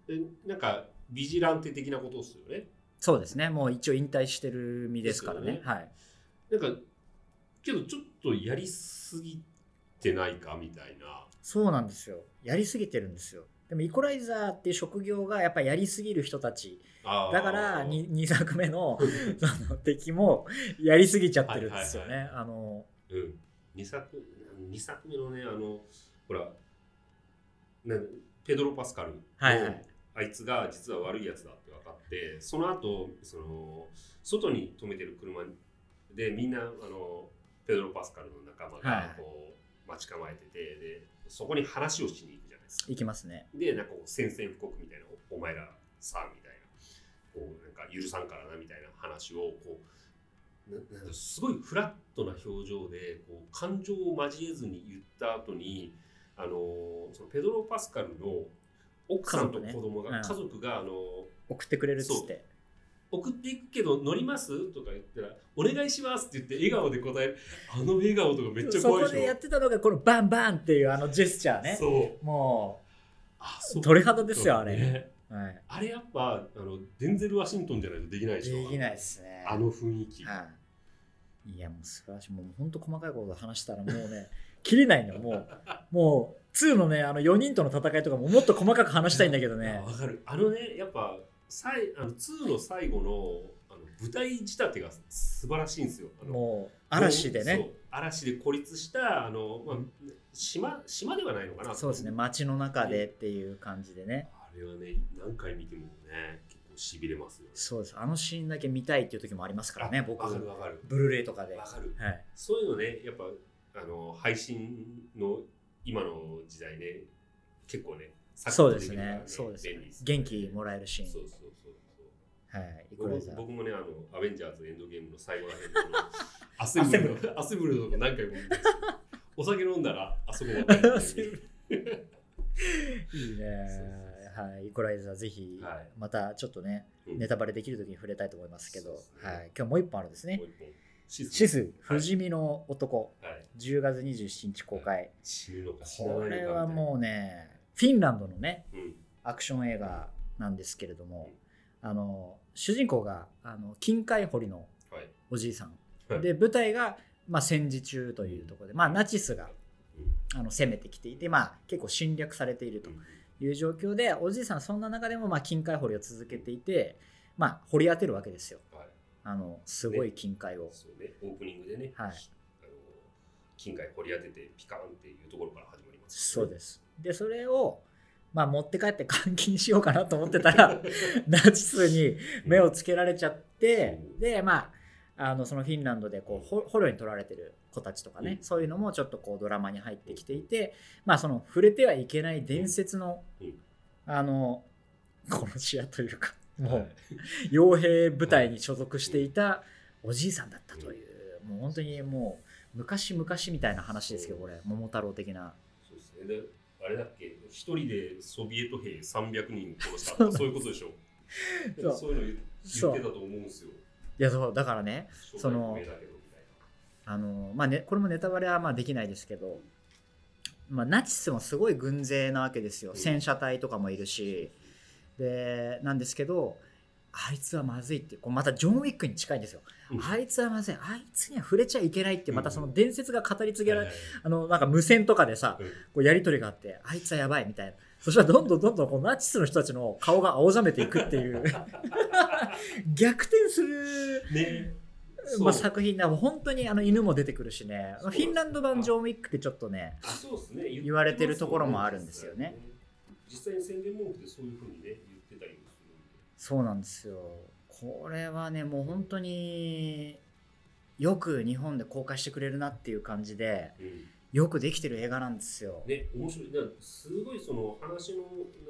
A: でなんかビジランテ的なことですよね
B: そうですねもう一応引退してる身ですからね
A: ですよ
B: はい
A: なんかけどちょっとやりすぎてないかみたいな
B: そうなんですよ。やりすぎてるんですよ。でもイコライザーっていう職業がやっぱやりすぎる人たち
A: あー
B: だからに 2, 作目のその敵もやりすぎちゃってるんですよ
A: はい
B: ね。あの
A: うん、2作二作目のねあのほらなんペドロ・パスカルの、
B: はいはい
A: あいつが実は悪いやつだって分かってその後その外に止めてる車でみんなあのペドロ・パスカルの仲間
B: はいは
A: が
B: い
A: こう、待ち構えててでそこに話をしに行くじゃないですか。
B: いきますね。
A: でなんかこう宣戦布告みたいなおお前らさみたいなこうなんか許さんからなみたいな話をこうななんかすごいフラットな表情でこう感情を交えずに言った後にあのーそのペドロ・パスカルの奥さんと
B: 家族ね
A: 子供が
B: うん
A: 家族が、あのー
B: 送ってくれるっつって。
A: 送っていくけど乗りますとか言ったら「お願いします」って言って笑顔で答えるあの笑顔とかめっちゃ
B: そ
A: 怖い
B: こ
A: でしょ
B: でやってたのがこのバンバンっていうあのジェスチャーね。
A: そう
B: も
A: あそうう
B: 鳥肌ですよあれ。
A: ね
B: はい、
A: あれやっぱあのデンゼル・ワシントンじゃないとできないでしょ
B: できないですね。
A: あの雰囲気、
B: はい、いやもう素晴らしいもう本当細かいこと話したらもうね 切れないのもうもう2のねあの4人との戦いとかももっと細かく話したいんだけどね
A: あわかるあのねやっぱさいあの2の最後のあの舞台仕立てが素晴らしいんですよあの
B: もう嵐で
A: そ
B: ね
A: う嵐で孤立したあの、まあ、島島ではないのかな
B: そうですね街の中でっていう感じでね
A: あれはね何回見てもね結構しびれますよね
B: そうですあのシーンだけ見たいっていう時もありますから
A: あ
B: ね僕
A: わかるわかる
B: ブルーレイとかで、
A: わ
B: は
A: かる
B: い、
A: そういうのねやっぱあの配信の今の時代ね結構ねサク
B: そ
A: ッ
B: う
A: と
B: です
A: きるから
B: ねそうですね
A: 便利です
B: 元気もらえるシーン
A: そうそうそうそう
B: はいいくら
A: 僕
B: じゃ
A: 僕もねあの、アベンジャーズエンドゲームの最後ら辺 のあのアセブルのアセブルのとこ何回も見てますお酒飲んだらあそこまで。
B: アセブいいね
A: そうそう
B: はいイコライザーぜひ、
A: はい
B: またちょっとね
A: うん
B: ネタバレできるときに触れたいと思いますけど、
A: そうですね
B: はい、今日もう一本あるんですね
A: もう。一本シス
B: シス、不死身の男、
A: はい。
B: 10月27日公開。
A: 死ぬのか死なないの
B: こ
A: かみたい
B: れ
A: な。
B: はもうね、フィンランドのね、
A: うん。
B: アクション映画なんですけれども、あの、主人公が、あの、金塊掘りの
A: はい。
B: おじいさん
A: はい。
B: で、舞台が、まあ、戦時中というところで、まあ、ナチスが、あの、攻めてきていて、まあ、結構侵略されていると。いう状況でおじいさんそんな中でもまあ金塊掘りを続けていて、まあ、掘り当てるわけですよ
A: はい。
B: あのすごい金塊を、
A: そうね、オープニングでね、
B: はい
A: あの金塊掘り当ててピカーンっていうところから始まります。
B: そうですでそれを、まあ、持って帰って監禁しようかなと思ってたらナチスに目をつけられちゃって
A: うん
B: でまああのそのフィンランドでこうほ捕虜に取られてる子たちとかね、
A: うん
B: そういうのもちょっとこうドラマに入ってきていて、まあ、その触れてはいけない伝説の、
A: うん
B: あの殺し屋というかも
A: は
B: う
A: い
B: 傭兵部隊に所属していたおじいさんだったという、もう本当にもう昔々みたいな話ですけどこれ桃太郎的な
A: そうですね。であれだっけ、一人でソビエト兵300人殺したとか、そういうことでしょ。
B: そう
A: そういうの言言ってたと思うんですよ。
B: いやそうだからねそ
A: そ
B: の
A: のだけどみたい
B: あのまあね、これもネタバレはまあできないですけど、まあ、ナチスもすごい軍勢なわけですよ
A: うん
B: 戦車隊とかもいるしでなんですけどあいつはまずいってこうまたジョン・ウィックに近いんですよ、
A: うん
B: あいつはまずいあいつには触れちゃいけないってまたその伝説が語り継げ
A: な。
B: られ、
A: はい
B: あのなんか無線とかでさ
A: はいうん
B: こうやり取りがあってあいつはやばいみたいなそしたらどんどんどんどんこうナチスの人たちの顔が青ざめていくっ ていう 逆転する
A: ね。
B: まあ、
A: そう
B: 作品だ本当にあの犬も出てくるしね
A: そうなん
B: フ
A: です
B: ィンランド版ジョン・ウィックってちょっとね
A: あそうですね言ってますよね
B: 言われてるところもあるんですよね
A: 実際に宣伝文句でそういうふうにね言ってたりもするんで
B: そうなんですよこれはねもう本当によく日本で公開してくれるなっていう感じでよくできてる映画なんですよ、
A: ね、面白いなんかすごいその話の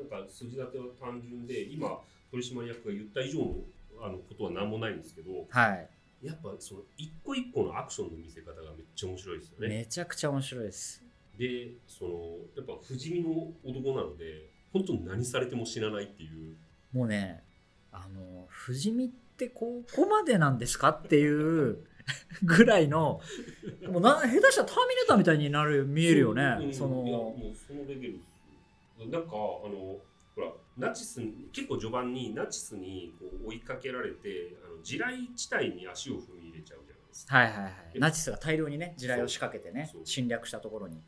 A: なんか筋立ては単純で今取締役が言った以上のあのことは何もないんですけど
B: はい
A: やっぱその一個一個のアクションの見せ方がめっちゃ面白いですよね。
B: めちゃくちゃ面白いです
A: でそのやっぱ不死身の男なので本当に何されても死なないっていう
B: もうねあの不死身ってここまでなんですかっていうぐらいのもうな下手したらターミネーターみたいになる見えるよ
A: う
B: ね
A: ん
B: そ
A: いや
B: の
A: もうそのレベルですなんかあのほらナチスに結構序盤にナチスにこう追いかけられてあの地雷地帯に足を踏み入れちゃうじゃないですか
B: はいはいはい、ナチスが大量にね地雷を仕掛けてね
A: そうそう
B: 侵略したところに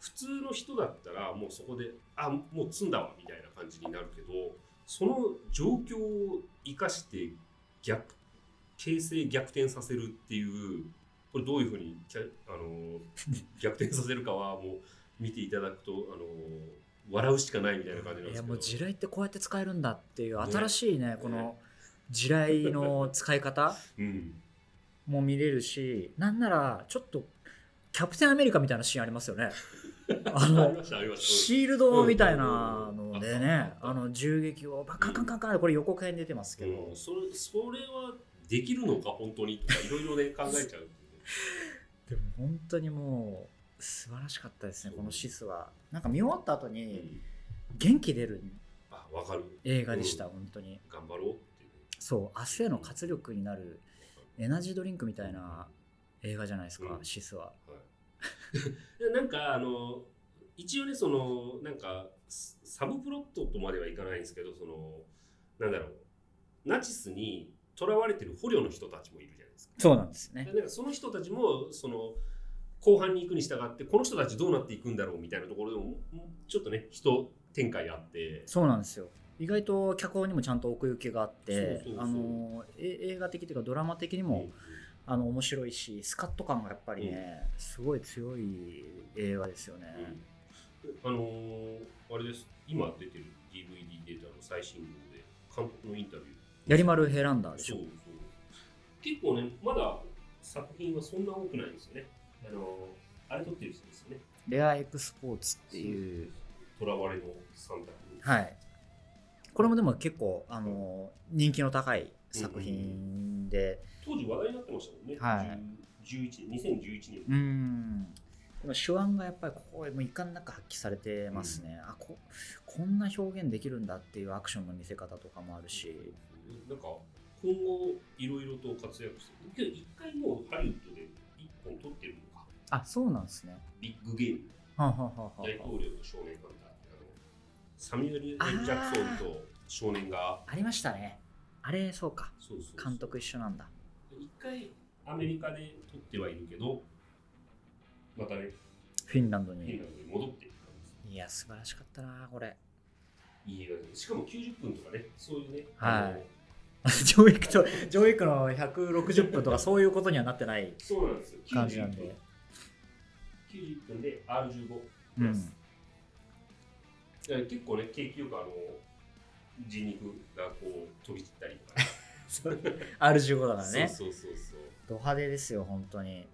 A: 普通の人だったらもうそこであもう積んだわみたいな感じになるけどその状況を生かして逆形勢逆転させるっていうこれどういうふうにキャあ の逆転させるかはもう見ていただくとあの笑うしかないみたいな感じなんで
B: いや
A: すけ
B: も
A: ど
B: う地雷ってこうやって使えるんだっていう
A: ね
B: 新しいねこの地雷の使い方
A: うん、
B: も見れ るしなんならちょっとキャプテンアメリカみたいなシーンあります よねあ
A: あり
B: の
A: ましたありました
B: シールドみたいなので
A: うん
B: ねあの銃撃をバカンカンカンカンこれ予告編出てますけ
A: うん
B: ど
A: うんそれそれはできるのか本当にとかいろいろね考え ちゃうっていうね
B: でも本当にもう素晴らしかったですねこのシスはなんか見終わった後に
A: うん
B: 元気出る
A: あわかる
B: 映画でした本当に
A: 頑張ろうっていうね
B: そう明日への活力になるエナジードリンクみたいな映画じゃないですか、
A: うん
B: シスは
A: はい、 でなんかあの一応ねそのなんかササブプロットとまではいかないんですけどそのなんだろうナチスに囚われてる捕虜の人たちもいるじゃないですか。
B: そうなんですね
A: でなんかその人たちもその後半に行くに従ってこの人たちどうなっていくんだろうみたいなところでももうちょっとね人展開あって
B: そうなんですよ意外と脚本にもちゃんと奥行きがあって
A: そうそうそう
B: あのえ映画的というかドラマ的にも、あの面白いしスカッと感がやっぱりね、すごい強い映画ですよね、
A: うんあのーあれです今出てる DVD データの最新号で監督のインタビュー
B: やりまるヘランダーでし
A: そ
B: ょ
A: うそう結構ねまだ作品はそんな多くないんですよねあのあれ撮ってる人ですよね
B: レアエクスポーツっていう
A: 囚われの三択
B: はいこれもでも結構あの人気の高い作品で、
A: 当時話題になってましたもんね、
B: はい
A: 10 11 2011年
B: うん。でも手腕がやっぱりここへもういかんなく発揮されてますね、あここんな表現できるんだっていうアクションの見せ方とかもあるし、
A: なんか今後いろいろと活躍してるけど一回もうハリウッドで一本撮ってるのか
B: あそうなんですね。
A: ビッグゲーム
B: はあ、はあはあはあ
A: 大統領と少年があのサミュエル・エル・ジャクソンと少年が
B: ありましたね。あれそうか
A: そうそうそう
B: 監督一緒なんだ。
A: 一回アメリカで撮ってはいるけどまたね
B: フィンランド
A: フィン
B: に
A: ラ。ンドに戻っていったんです
B: いや素晴らしかったなこれ。
A: いい映画でしかも90分とかねそういうね、
B: はい
A: あの
B: ジョーイックとジョーイックの160分とかそういうことにはなっ てない
A: そうなんですよ90分
B: 感じなんで。
A: 90分で R15
B: う
A: で
B: ん
A: す、 だから結構ね景気よくあの人肉がこう飛び散ったりとか、
B: R15 だからね
A: そうそうそうそう
B: ド派手ですよ本当に、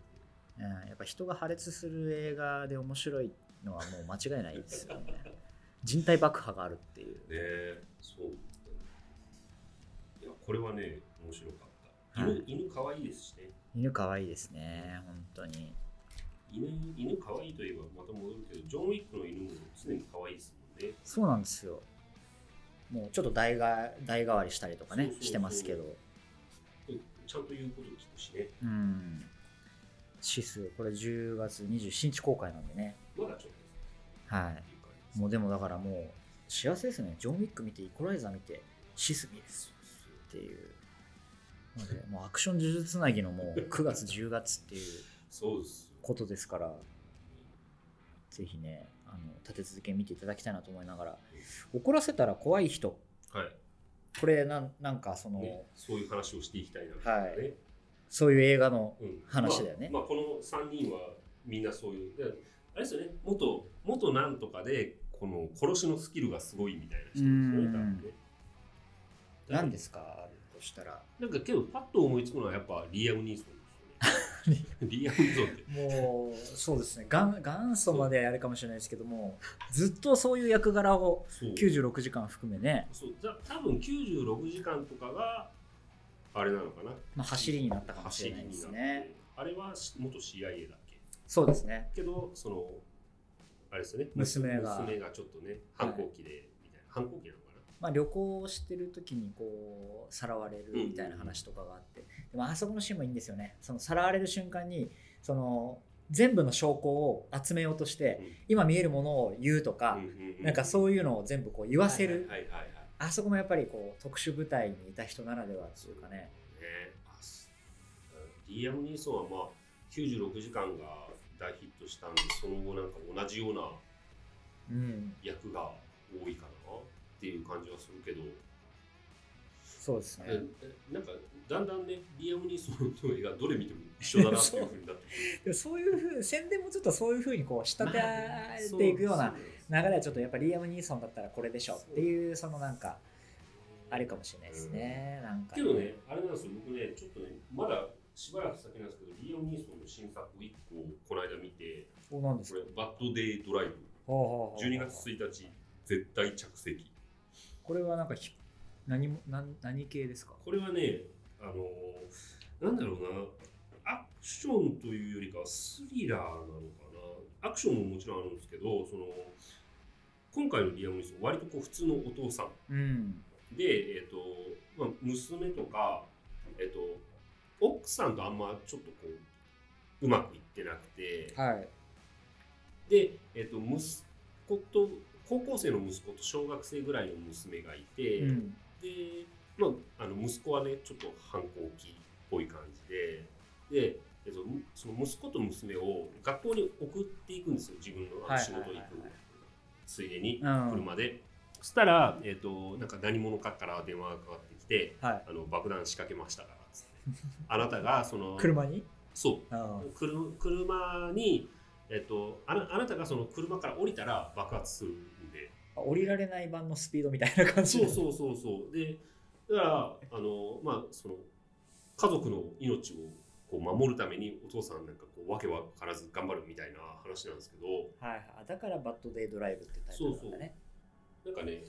B: うん、やっぱ人が破裂する映画で面白いのはもう間違いないですよね人体爆破があるっていう
A: ねえそういやこれはね面白かった
B: は
A: 犬、
B: い
A: 犬可愛いですしね
B: 犬可愛いですね本当に
A: 犬犬可愛いといえばまた戻るけどジョン・ウィックの犬も常に可愛いですもんね
B: そうなんですよもうちょっと代が代替わりしたりとかね
A: そうそうそう
B: してますけど
A: ちゃんと言うこと聞くしね
B: うんシスこれ10月27日公開なんでね
A: まだちょっと
B: はい
A: っていう感じ
B: もう
A: で
B: でもだからもう幸せですね。ジョン・ウィック見て、イコライザー見て、シス見る
A: す
B: っていう。なので、もうアクション呪術つなぎの もう9月、10月っていう
A: そうですよ
B: ことですから、ぜひね、あの立て続けに見ていただきたいなと思いながら、怒らせたら怖い人、
A: はい
B: これなん、なんかその、
A: ね、そういう話をしていきたいな
B: はい
A: ね
B: そういう映画の、
A: うん
B: 話だよね
A: まあ、まあこの3人はみんなそういうであれですよね元元なんとかでこの殺しのスキルがすごいみたいな人ですよ
B: うん
A: ね多分ね
B: 何ですか、あるとしたら。
A: なんかけどパッと思いつくのはやっぱリアム・ニーソン ですよねリアム・ニーソンって
B: もう、そうですね、 元元祖まであれかもしれないですけども、ずっとそういう役柄を
A: そう
B: 96時間含めね、
A: そうじゃ多分96時間とかがあれなのかな
B: まあ、走りになったかもしれないです
A: 走りになっ
B: ね
A: て。あれはし元 CIA だっけ
B: そうですね。
A: けどそのあれですよね
B: 娘が
A: 娘がちょっとね反抗期でみたいな、反抗期なのかな
B: まあ、旅行をしてる時にこうさらわれるみたいな話とかがあって、でもあそこのシーンもいいんですよねそのさらわれる瞬間にその全部の証拠を集めようとして、
A: うん
B: 今見えるものを言うとか、なんかそうういうのを全部こう言わせる、
A: はいはいはいはい、
B: あそこもやっぱりこう特殊部隊にいた人ならではっていうかね
A: ねあすリアム・ニーソンはまあ96時間が大ヒットしたんでその後なんか同じような
B: うん
A: 役が多いかなっていう感じはするけど、
B: そうですね、
A: えなんかだんだ んねリアム・ニーソンの映画どれ見ても一緒だなっていうふうになってくる
B: でもそういうふう宣伝もちょっとそういうふうにこう仕立て
A: まあね
B: ていくような流れはちょっと
A: そう
B: やっぱリアム・ニーソンだったらこれでしょっていうそのなんかあれかもしれないですね、なんか
A: けどねあれなんですよ僕ねちょっとねまだしばらく先なんですけどリアム・ニーソンの新作1個をこの間見て
B: そうなんです
A: こ
B: か
A: れ「バッド・デイ・ドライブ」
B: ほうほうほう
A: 12月1日絶対着席
B: これはなんかひ何も何何系ですか
A: これはねあのーなんだろうなアクションというよりかはスリラーなのかなアクションももちろんあるんですけどその今回のリアム・ニーソン割とこう普通のお父さん
B: うん
A: で、えーとまあ、娘とか、えー、と奥さんとあんまちょっとこううまくいってなくて、
B: はい
A: で、えー、と息子と高校生の息子と小学生ぐらいの娘がいて、
B: うん
A: で、まあ、あの息子はねちょっと反抗期っぽい感じでで、えっと、むその息子と娘を学校に送っていくんですよ自分のあ
B: は
A: の
B: い
A: 仕事に行
B: はい
A: く
B: はいはい
A: ついでに
B: うん
A: 車で、そしたら、えっと、なんか何者かから電話がかかってきて
B: はい
A: あの爆弾仕掛けましたからっ つってあなたがその
B: 車に
A: そう
B: あ
A: くる車に、えっと、あなあなたがその車から降りたら爆発するんで
B: あ降りられない版のスピードみたいな感じ
A: そうそうそうそうでだからあのまあその家族の命をこう守るためにお父さんなんかこうわけわからず頑張るみたいな話なんですけど
B: うはいはいだからバッドデイドライブってタイトルなんだね
A: なんかね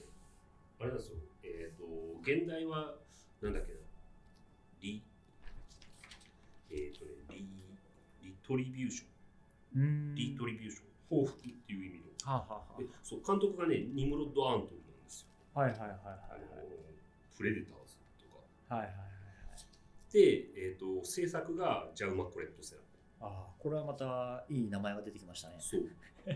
A: あれなんですよえっ、と現代はなんだっけなリえっ、とねリリトリビューション
B: うーん
A: リトリビューション報復っていう意味の
B: はあは
A: でそう監督がねニムロッド・アントンなんですよ
B: あはあはいはいはい
A: あのプレデターズとか
B: はいはいはいはい
A: で、えー、と制作がジャウマ・コレット・セラ
B: ああこれはまたいい名前が出てきましたね
A: そう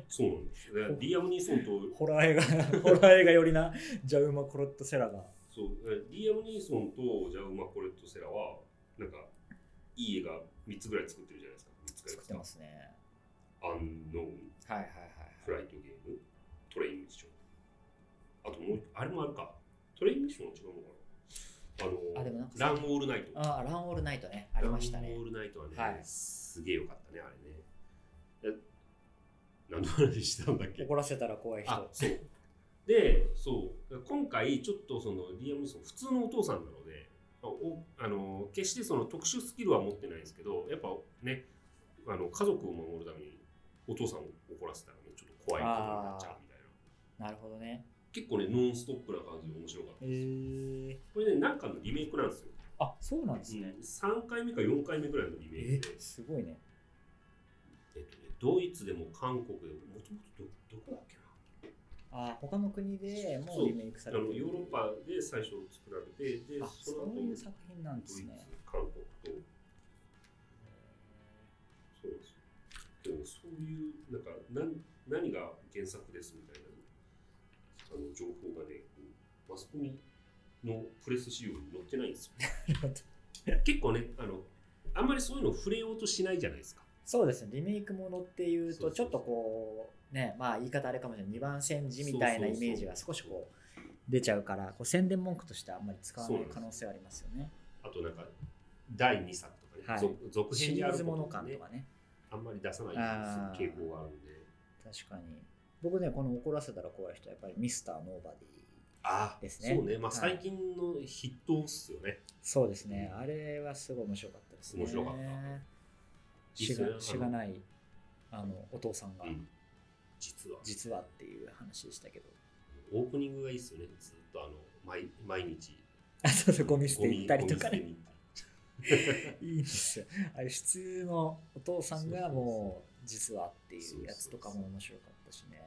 A: そうなんですよだからリアム・ニーソンと
B: ホラー映画 ホラー映画よりなジャウマ・コロット・セラが
A: そうリアム・ニーソンとジャウマ・コレット・セラはなんかいい映画3つぐらい作ってるじゃないですか3つぐらい
B: 作ってますね
A: アンノーン
B: はいはい
A: フライトゲームトレインミッションあともうあれもあるかトレインミッションは違うのかな
B: あ
A: あ
B: で
A: の
B: もなんか
A: ラン・オール・ナイト
B: ああランオールナイトねありました
A: ラ
B: ね
A: ンオールナイトはね、
B: はい
A: すげえよかったね、あれね。え何の話したんだっけ
B: 怒らせたら怖い人
A: あ、そう。で、そう、今回、ちょっとそのリアム・ニーソン、普通のお父さんなので、おあの決してその特殊スキルは持ってないですけどやっぱねあの家族を守るためにお父さんを怒らせたらねちょっと怖いことになっちゃうみたいな
B: なるほどね。
A: 結構ねノンストップな感じで面白かった
B: え
A: です、
B: ー、
A: これねなんかのリメイクなんですよ、
B: あそうなんです
A: う
B: ね
A: ん。3回目か4回目ぐらいのリメイ
B: え
A: クで、
B: すごいね。
A: えっとね、ドイツでも韓国でももともとどどこだっけな
B: あ他の国でも
A: そう
B: うリメイクさ
A: あ
B: れて
A: の
B: る
A: ヨーロッパで最初作られてで
B: あ
A: その
B: そ
A: 後
B: ういう
A: ド
B: 作品なん
A: イ
B: で
A: ツ
B: すね。
A: 韓国とそうなんですよでもそういうなんか何何が原作ですみたいなあの情報がねこうマスコミのプレス資料に載ってないんですよ
B: なるほど
A: 結構ねあのあんまりそういうのを触れようとしないじゃないですか
B: そうですねリメイクものっていう
A: そう
B: と
A: そうそう
B: ちょっとこうねまあ言い方あれかもしれない2番煎じみたいな
A: そうそう
B: イ
A: そう
B: メージが少しこう出ちゃうからこう宣伝文句としてあんまり使わない可能性はありますよね
A: あとなんか第2作とかね、
B: はい
A: 続続
B: シ
A: 編で
B: リ
A: あ
B: ー
A: る
B: ズ
A: こ
B: もの
A: とを
B: 感
A: ね
B: とかね
A: あんまり出さない傾向があるんで
B: 確かに僕ねこの怒らせたら怖い人はやっぱりミスターノーバディ
A: ああ
B: ですね
A: そうねまあ
B: はい
A: 最近の筆頭っすよね、
B: そうですねあれはすごい面白かったですね
A: 面白かった
B: し
A: いいっすねあ
B: が
A: の
B: しがないあのお父さんが
A: うん実は
B: 実はっていう話でしたけど
A: オープニングがいいっすよねずっとあの毎毎日
B: あそうそうゴミ捨て行ったりとか
A: ゴミ捨て
B: ね
A: に行ったり
B: いいんですよ。あれ普通のお父さんがもう実はっていうやつとかも面白かったしね。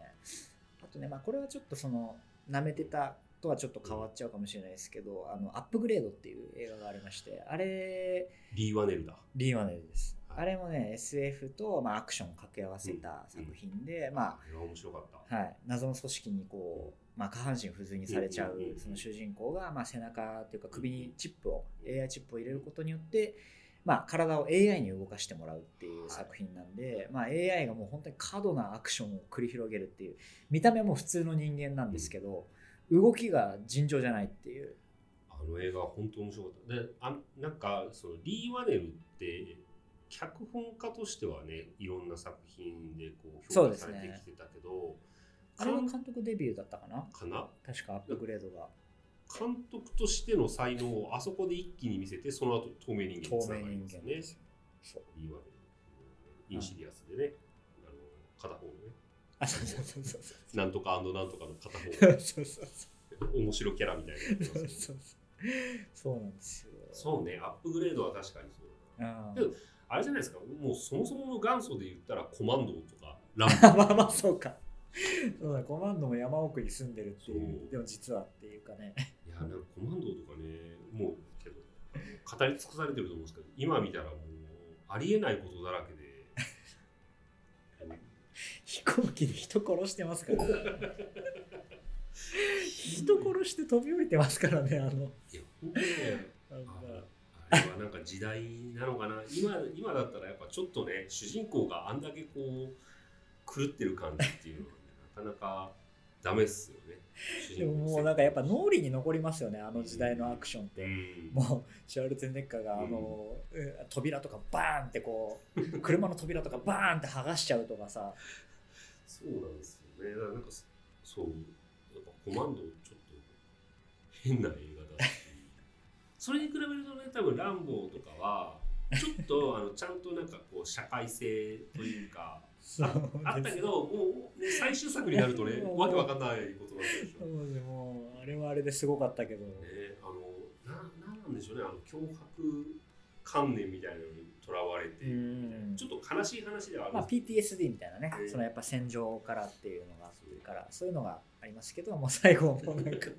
B: あとね、まあこれはちょっとその、舐めてたとはちょっと変わっちゃうかもしれないですけど、あの、アップグレードっていう映画がありまして、あれ、
A: リー・ワネルだ
B: リーマネルです。
A: はい
B: あれもね、SF と、まあ、アクションを掛け合わせた作品で、ま
A: あれは面白かった
B: あ、はい、謎の組織にこう、まあ、下半身不随にされちゃ
A: うんうんうんう
B: うんその主人公が、まあ、背中というか首にチップを AI チップを入れることによって、まあ、体を AI に動かしてもらうっていう作品なんで、まあ、AI がもう本当に過度なアクションを繰り広げるっていう見た目も普通の人間なんですけど、動きが尋常じゃないっていう
A: あの映画は本当面白かったであなんかそのリー・ワネルって脚本家としてはねいろんな作品でこう
B: そ
A: 評
B: うで
A: 価
B: す
A: さ
B: ね
A: れてきてたけど、
B: あれは
A: かん
B: 監督デビューだったかな
A: かな
B: 確かアップグレードが
A: 監督としての才能をあそこで一気に見せてその後透明人間
B: 透
A: につな
B: 明
A: がり
B: 人
A: ますよ
B: 間
A: ね
B: ですよそう
A: リー・ワネルインシディアスでね、あの片方のね
B: あそうそうそうそうそう
A: なんとかなんとかの片
B: そ
A: 方
B: うそうそう
A: 面白キャラみたいなやつ
B: そう
A: なん
B: そう
A: ですよね
B: そうそうなんですよ
A: そうねアップグレードは確かにそうだな
B: うん
A: でもあれじゃないですかもうそもそもの元祖で言ったらコマンドとかラン ボ
B: まあまあそうかそうだコマンドも山奥に住んでるって
A: そ
B: い
A: うう
B: でも実はっていうかね
A: いやなんかコマンドとかねもうけど語り尽くされてると思うんですけど今見たらもうありえないことだらけで
B: 飛行機で人殺してますからね人殺して飛び降りてますからねあの
A: いや本当ね
B: なん
A: あ
B: か
A: あれはなんか時代なのかな今今だったらやっぱちょっとね主人公があんだけこう狂ってる感じっていうのは、ね、なかなかダメっすよね主
B: で
A: 人
B: も
A: 公の設定
B: もうなんかやっぱ脳裏に残りますよねあの時代のアクションって、
A: うん
B: もうシュワルツェネッカーがあの、うん扉とかバーンってこう車の扉とかバーンって剥がしちゃうとかさ
A: そうなんですよね。だからなんかそそう、やっぱコマンドちょっと変な映画だし、それに比べるとね、多分ランボーとかは、ちょっとあのちゃんとなんかこう社会性という か、
B: そう
A: あったけど、もう、ね、最終作になる とね、
B: もう
A: わけわかんないことになってるでしょ。
B: そ
A: ね、
B: うでもうあれはあれですごかったけど、
A: あのな、なんなんでしょうね、あの脅迫観念みたいなのにとらわれて、
B: うん
A: ちょっと悲しい話ではある
B: まあ、
A: んです
B: PTSD みたいなね、
A: うん
B: そのやっぱ戦場からっていうのがあるから、そういうのがありますけど、もう最後はもうな んか、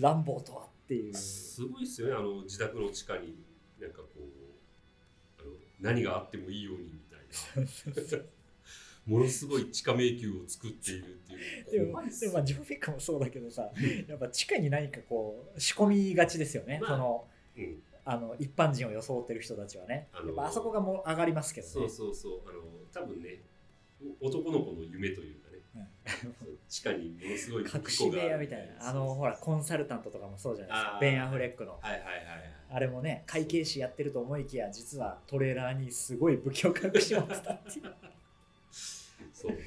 B: 乱暴とはっていう。
A: すごいですよね、あの自宅の地下に、なんかこう、あの何があってもいいようにみたいな、 ものすごい地下迷宮を作っているって
B: で
A: いう、
B: も、
A: 怖いっす
B: でもまあジョン・フィックもそうだけどさ、やっぱ地下に何かこう、仕込みがちですよね、
A: まあ
B: その
A: うん
B: あの一般人を装ってる人たちはね。
A: あの
B: やっぱあそこがもう上がりますけどね。
A: そうそうそう、あの多分ね、お男の子の夢というかね、そう地下にものすごい
B: 隠し部屋みたいな、あのほら、
A: こ
B: コンサルタントとかもそうじゃないですか
A: あ、ー
B: ベン・アフレックの。
A: はいはいはいはい。
B: あれもね、会計士やってると思いきや、実はトレーラーにすごい武器を隠しましたっていう。
A: そうね、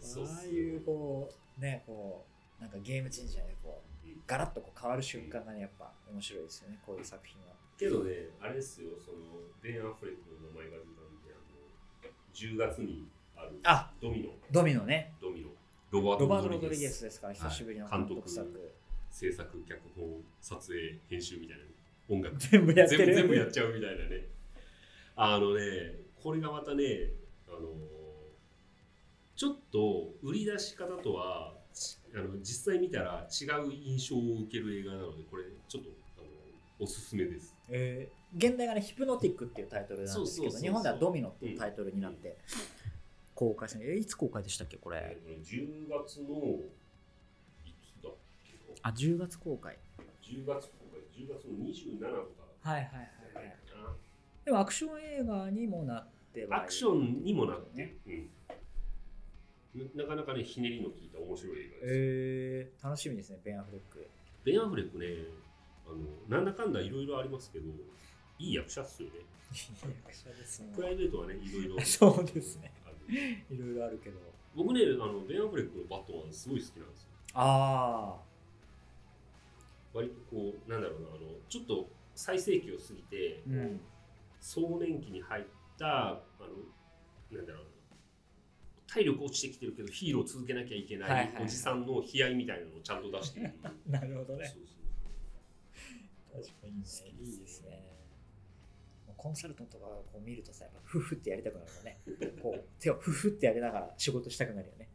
A: そうっ
B: ああ
A: す
B: いう
A: よ
B: こうねこうなんかゲームチェンジャーでこうガラッとこう変わる瞬間がねやっぱ面白いですよねこういう作品は
A: けどね、あれですよ、その、ベン・アフレックの名前が出たんで、あの、10月にある、
B: あ
A: ドミノ、
B: ドミノね
A: ドミノ、ロバート・
B: ロバート・
A: ロ
B: ロ
A: ド
B: ド
A: リ
B: リ
A: ゲ
B: ゲ
A: ス
B: スですから
A: い
B: 久しぶりの監
A: 監督
B: 督作、
A: 制作、脚本、撮影、編集みたいな、音楽、
B: 全部やって
A: 全部
B: る
A: 全部やっちゃうみたいなね。あのね、これがまたね、あの、ちょっと売り出し方とは、ちあの実際見たら違う印象を受ける映画なので、これ、ちょっとあのおすすめです。
B: えー現代がね「ヒプノティック」っていうタイトルなんです
A: そうそ
B: け
A: うそ
B: ど
A: う
B: 日本では「ドミノ」っていうタイトルになって公開されえいつ公開でしたっけこ
A: え
B: れ
A: ーこれ10月のいつだっけな
B: あ10月公開
A: 10月今回10月の27とか
B: はいはい
A: じゃな
B: は
A: い
B: はいい
A: かな
B: でもアクション映画にもなってはいる
A: アクションにもなってる、うんななかなかねひねりの効いた面白い映画です、
B: えー楽しみですねベン・アフ レック
A: ベン・アフレックねあのなんだかんだいろいろありますけどいい役者っすよね
B: 役者ですね
A: プライベートはねいろいろ
B: そうですね
A: あの
B: いろいろあるけど
A: 僕ねあのベン・アフレックのバットマンすごい好きなんですよ
B: ああ
A: 割とこうなんだろうなあのちょっと最盛期を過ぎて、
B: うん
A: 壮年期に入ったあのなんだろうな体力落ちてきてるけどヒーローを続けなきゃいけ
B: はい
A: な
B: はいいはい
A: おじさんの悲哀みたいなのをちゃんと出してい る
B: なるほど
A: そう
B: ね
A: そう
B: 確かにねいいですねもうコンサルタントとかこう見るとさやっぱフフってやりたくなるよね こう手をフフってやりながら仕事したくなるよね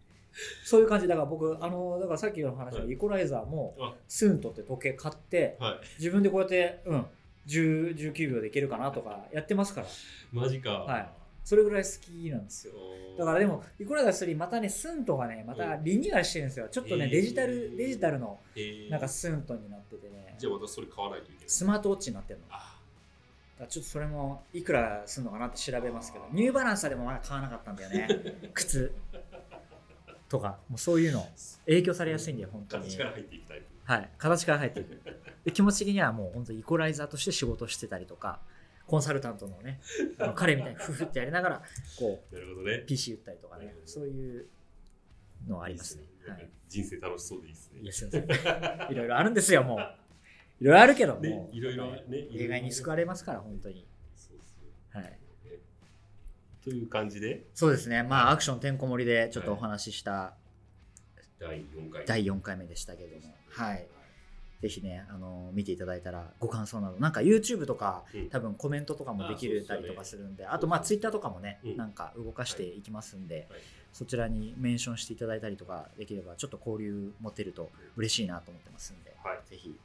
B: そういう感じだから僕あのだからさっきの話
A: は
B: の
A: い
B: イコライザーも
A: あ
B: スーンとって時計買って
A: はい
B: 自分でこうやってうん10 19秒でいけるかなとかやってますから
A: マジか
B: はいそれぐらい好きなんですよだからで
A: も
B: も、イコラダ3、またね、スントがね、またリニューアルしてるんですよ。ちょっと
A: へ
B: ね、
A: ー
B: デジタル、デジタルの、
A: な
B: なんん
A: か
B: か
A: じ
B: スントになっててね、
A: ゃあ私それ買わないといけない
B: スマートウォッチになってるの。だか
A: あ
B: らちょっとそれも、いくらするのかなって調べますけど、ニューバランスでもまだ買わなかったんだよ ね。靴とか、もうそういうの、影響されやすいんだよ、本当に
A: 形。から入っていきたい
B: はい、形から入っていく。で気持ち的にはもう本当イコライザーとして仕事してたりとか、コンサルタントのね、 あの彼みたいにフフってやりながら、こう、
A: なるほどね
B: PC 打ったりとかね、
A: うん
B: そういうのはありますね。はい
A: いっ
B: い
A: ね人生楽しそうでいいですね
B: や、すいません。いろいろあるんですよ、もう。いろいろあるけど、
A: ね
B: もう。
A: いろいろね
B: 映画に救われますから、本当に。
A: そうそう
B: はい。
A: という感じで
B: そうですね。まあ、アクションてんこ盛りでちょっとお話しした
A: 第4回
B: 第4回目でしたけども、はい。ぜひね、あの、見ていただいたらご感想など、なんか YouTube とか、
A: うん
B: 多分コメントとかもできるたりとかするんで、あとまあ Twitter とかもね、
A: うん
B: なんか動かしていきますんで
A: はい、
B: そちらにメンションしていただいたりとかできれば、ちょっと交流持てると嬉しいなと思ってますんで、
A: はい
B: ぜひ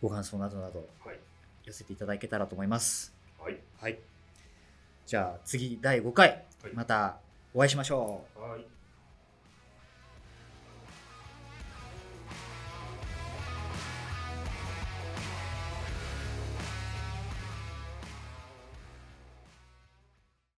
B: ご感想などなど
A: はい
B: 寄せていただけたらと思います。
A: はい
B: はい。じゃあ次第5回
A: はい、
B: またお会いしましょう。
A: はい